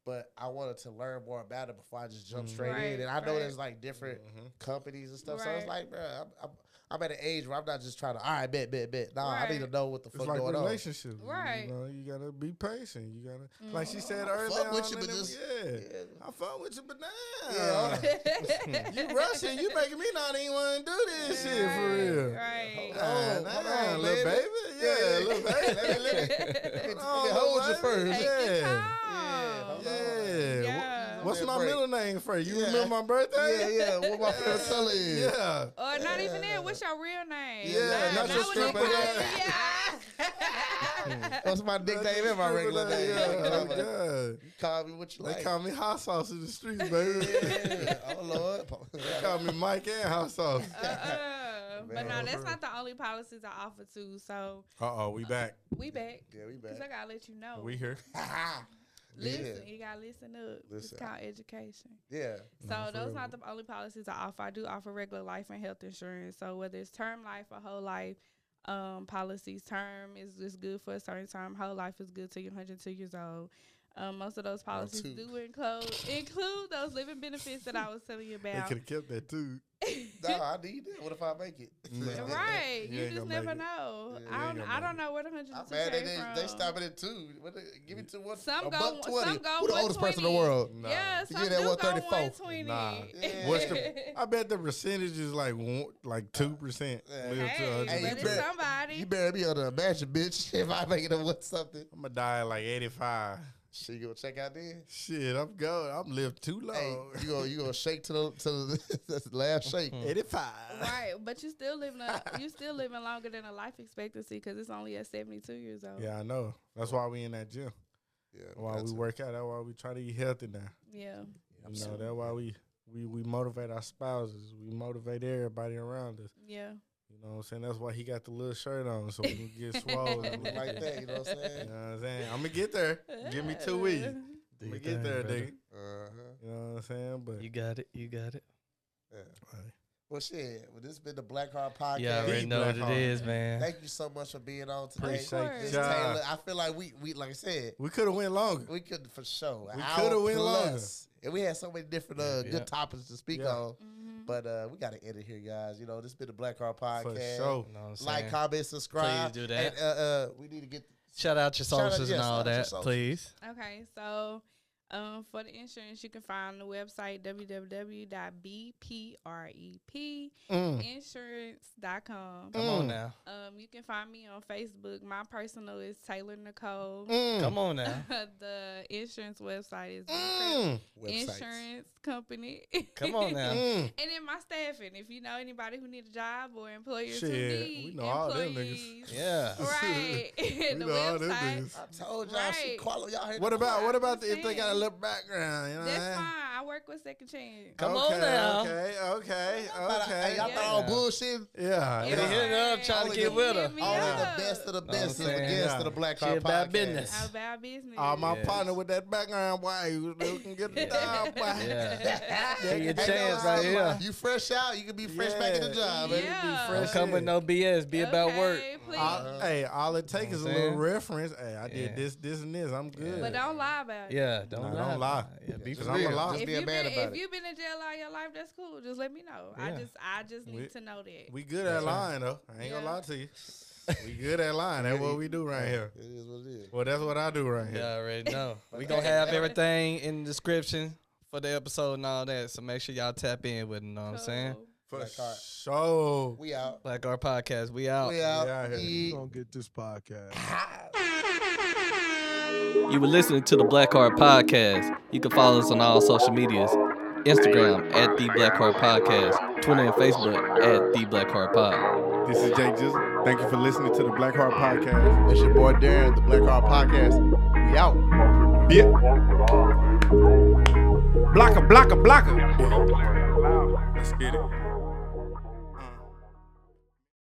S4: but I wanted to learn more about it before I just jump
S7: Mm-hmm.
S4: straight
S5: Right,
S4: in. And I know
S5: right.
S4: there's like different companies and stuff. So it's
S5: Right.
S4: like, bro, I'm, I'm, I'm at an age where I'm not just trying to, all right, bet, bet, bet. No, I need to
S5: Right.
S4: know what the
S7: It's
S4: fuck
S7: like
S4: going on.
S7: relationships,
S5: Right.
S7: You know, you gotta be patient. You gotta, like she said earlier,
S4: Mm-hmm. fuck with
S7: on
S4: you,
S7: in
S4: but
S7: the-
S4: just-
S7: yeah,
S4: yeah.
S7: I fuck with you, but now
S5: Right.
S7: you rushing. You making me not even want to do this shit for real.
S5: Right.
S7: Nah,
S4: Hold
S7: nah,
S4: on, hold on,
S7: little
S4: Oh, baby.
S7: baby. Yeah,
S4: Yeah.
S7: little baby. Let me- let me-
S4: Let me
S7: Oh,
S4: hold you
S7: baby.
S4: first.
S5: Take your
S7: Yeah.
S5: time.
S4: hold on.
S7: Yeah.
S5: Yeah.
S7: Wha- What's
S4: Give
S7: my
S4: me a break.
S7: middle name for you?
S4: Yeah.
S7: Remember my
S4: Yeah,
S7: birthday?
S4: yeah. What my friend Sully is.
S7: Yeah.
S5: Or not even that. What's your real name?
S7: Yeah,
S5: Nah,
S7: not your
S5: when they
S7: stripper
S5: call
S7: name.
S5: you- Yeah.
S4: That's my nickname and my regular name.
S7: Yeah,
S4: Fuck it
S7: oh,
S4: up.
S7: God.
S4: You call me what you
S7: They
S4: like.
S7: call me hot sauce in the streets, baby.
S4: yeah. Oh Lord.
S7: They call me Mike and hot sauce.
S5: Uh-uh. But no,
S7: Man.
S5: that's not the only policies I offer to. So
S7: Uh oh, we back.
S5: we back.
S4: yeah, we
S5: Because I
S4: back.
S5: gotta let you know.
S7: We here.
S5: listen, you gotta listen up.
S4: Listen.
S5: It's called education.
S4: Yeah.
S5: So those not the only policies I offer. I do offer regular life and health insurance. So whether it's term life or whole life um, policies, term is just good for a certain time. Whole life is good till you're 102 years old. Um, most of those policies
S4: two.
S5: do include include those living benefits that I was telling you
S7: They
S5: about.
S7: could have kept that too.
S4: No, I need that. What if I make it?
S7: Nah.
S5: Right,
S7: You
S5: you,
S7: ain't
S5: just
S7: gonna
S5: never
S7: make it.
S5: know.
S4: Yeah, you
S5: I
S7: ain't
S5: don't.
S7: gonna
S5: I
S7: make
S5: don't know where the
S4: I'm
S5: 102
S4: mad
S5: came
S4: they, they,
S5: from.
S4: they stop it at two. What they, give me two. What,
S5: Some
S4: a
S5: go-
S4: buck
S5: some
S4: 20.
S5: go
S4: Who the oldest person in the
S5: 120?
S4: world?
S7: Nah.
S5: Yeah,
S4: You
S5: some
S4: get that
S5: do go
S4: 134.
S5: 120.
S7: Nah.
S4: Yeah.
S7: What's the, I bet the percentage is like one, like 2%
S4: Yeah.
S7: live to
S5: hey,
S7: 100.
S4: Hey, you
S5: but it's
S4: bet-
S5: somebody.
S4: You better be able to imagine, bitch, if I make it up with something.
S7: I'm going to die at like 85.
S4: She gonna check out then.
S7: Shit, I'm going. I'm lived too
S4: Hey,
S7: long.
S4: you gonna you gonna shake to the to the last shake.
S7: Mm-hmm. 85.
S5: Right, but you still living a, you still living longer than a life expectancy because it's only at seventy two years old.
S7: Yeah, I know. That's why we in that gym.
S4: Yeah,
S7: Why we
S4: that's-
S7: work out. That's why we try to eat healthy now.
S5: Yeah.
S7: You know, that's why we, we, we motivate our spouses. We motivate everybody around us.
S5: Yeah.
S7: You know what I'm saying? That's why he got the little shirt on so we can get swole. and look
S4: like
S7: like that.
S4: that. You know what I'm
S7: You
S4: saying?
S7: know what I'm saying? I'm gonna get there. Give me two weeks. I'm
S3: Do
S7: gonna
S3: your
S7: get
S3: thing,
S7: there,
S3: brother.
S7: nigga.
S4: Uh huh.
S7: You know what I'm saying? But
S3: You got it. You got it.
S4: Yeah.
S7: Right.
S4: Well, shit. Well, this has been the Black Heart Podcast.
S3: Yeah, I already
S7: Deep
S3: know
S7: black
S3: what it
S7: hole.
S3: is, man.
S4: Thank you so much for being on today.
S7: appreciate
S5: course.
S4: Miss
S7: y'all.
S4: Taylor, I feel like we we like I said
S7: We could have went longer.
S4: we could for sure.
S7: We coulda went longer.
S4: and we had so many different uh,
S3: Yeah.
S4: good topics to speak
S7: Yeah.
S4: on.
S5: Mhm.
S4: But uh, we got to end it here, guys. You know, this has been the Black Heart
S7: For
S4: Podcast.
S7: sure.
S3: You know what I'm
S4: Like,
S3: saying?
S4: comment, subscribe.
S3: Please do that.
S4: And, uh, uh, we need to get
S3: Shout out your
S4: Shout out-
S3: sources and
S4: yes,
S3: all
S4: shout out your
S3: that,
S4: sources.
S3: please.
S5: Okay, so um, for the insurance, you can find the website E www.bprepinsurance.com.
S7: Mm.
S3: Come on
S7: Mm.
S3: now.
S5: Um, you can find me on Facebook. My personal is Taylor Nicole.
S7: Mm.
S3: Come on now.
S5: the insurance website is
S7: Mm.
S4: websites.
S5: Insurance Company.
S3: Come on now.
S7: Mm.
S5: And then my staffing, if you know anybody who need a job or employers
S7: Shit,
S5: who
S7: we
S5: need
S7: know all them niggas.
S5: employees,
S3: Yeah.
S5: right?
S7: We
S5: the
S7: know all them
S5: website.
S7: niggas.
S4: I told y'all she
S5: Right.
S4: call y'all. here.
S7: What about what
S5: I'm
S7: about
S5: just
S7: if they got a
S5: saying.
S7: little background? You know what I
S5: That's fine.
S7: mean?
S5: I work with Second Chance.
S3: Come on
S7: okay,
S3: now.
S7: Okay, okay,
S4: Y'all thought I-
S7: okay.
S4: y'all
S5: Yeah.
S4: thought all bullshit.
S7: Yeah.
S3: They
S5: Yeah.
S7: yeah.
S3: hit it up trying to
S4: Only
S3: get
S4: the-
S3: with her.
S5: Hit me
S4: All
S5: up.
S4: of the best of the
S3: Know what I'm
S4: best is the
S3: saying?
S4: guest of the Black
S3: She
S4: Heart
S3: about
S4: Podcast.
S3: business.
S5: Our bad business.
S7: All my
S3: Yes.
S7: partner with that background, why you can get the job, boy.
S3: Yeah.
S7: They
S3: Give you a
S7: can
S4: Hey,
S7: take
S3: chance
S4: y'all,
S7: those
S3: right
S7: jobs.
S3: here.
S4: You fresh out, you can be fresh back in the
S7: Yeah.
S4: job. baby.
S5: Yeah.
S7: Fresh Uh-huh.
S3: Don't come with
S7: shit.
S3: no BS. Be about work.
S5: Okay, Please.
S7: All- hey, all it takes is a
S3: Uh-huh. Know what I'm
S7: little
S3: saying?
S7: reference. Hey, I did
S3: Yeah.
S7: this, this, and this. I'm good.
S5: but don't lie about it.
S3: Yeah, don't
S7: Nah,
S3: lie.
S7: don't lie.
S3: Yeah, be
S4: Just
S3: for
S4: be a
S3: real.
S4: lie.
S5: If
S4: Just be a
S5: you've
S4: man
S5: been,
S4: about
S5: if
S4: it.
S5: you've been in jail all your life, that's cool. Just let me know. I
S3: Yeah.
S5: just, I just need
S7: We-
S5: to know that.
S7: We good at
S3: That's right.
S7: lying though. I ain't gonna
S5: Yeah.
S7: lie to you. We good at lying. That's what we do right here.
S4: It is what it is.
S7: Well, that's what I do right
S3: Yeah,
S7: here.
S3: I already know. We gonna have everything in the description for the episode and all that. So make sure y'all tap in with it. Know what I'm saying?
S5: Cool.
S7: For
S4: Black heart.
S7: sure.
S4: We out.
S3: Like our podcast, we out.
S4: We out.
S7: out here.
S4: Yeah.
S2: You gonna get this podcast.
S3: You were listening to the Black Heart Podcast. You can follow us on all social medias Instagram at The Black Heart Podcast, Twitter and Facebook at The Black Heart Pod.
S1: This is Jake Jizzle. Thank you for listening to the Black Heart Podcast.
S4: It's your boy Darren, the Black Heart Podcast. We out.
S1: Yeah. Blocker, blocker, blocker. Let's get it.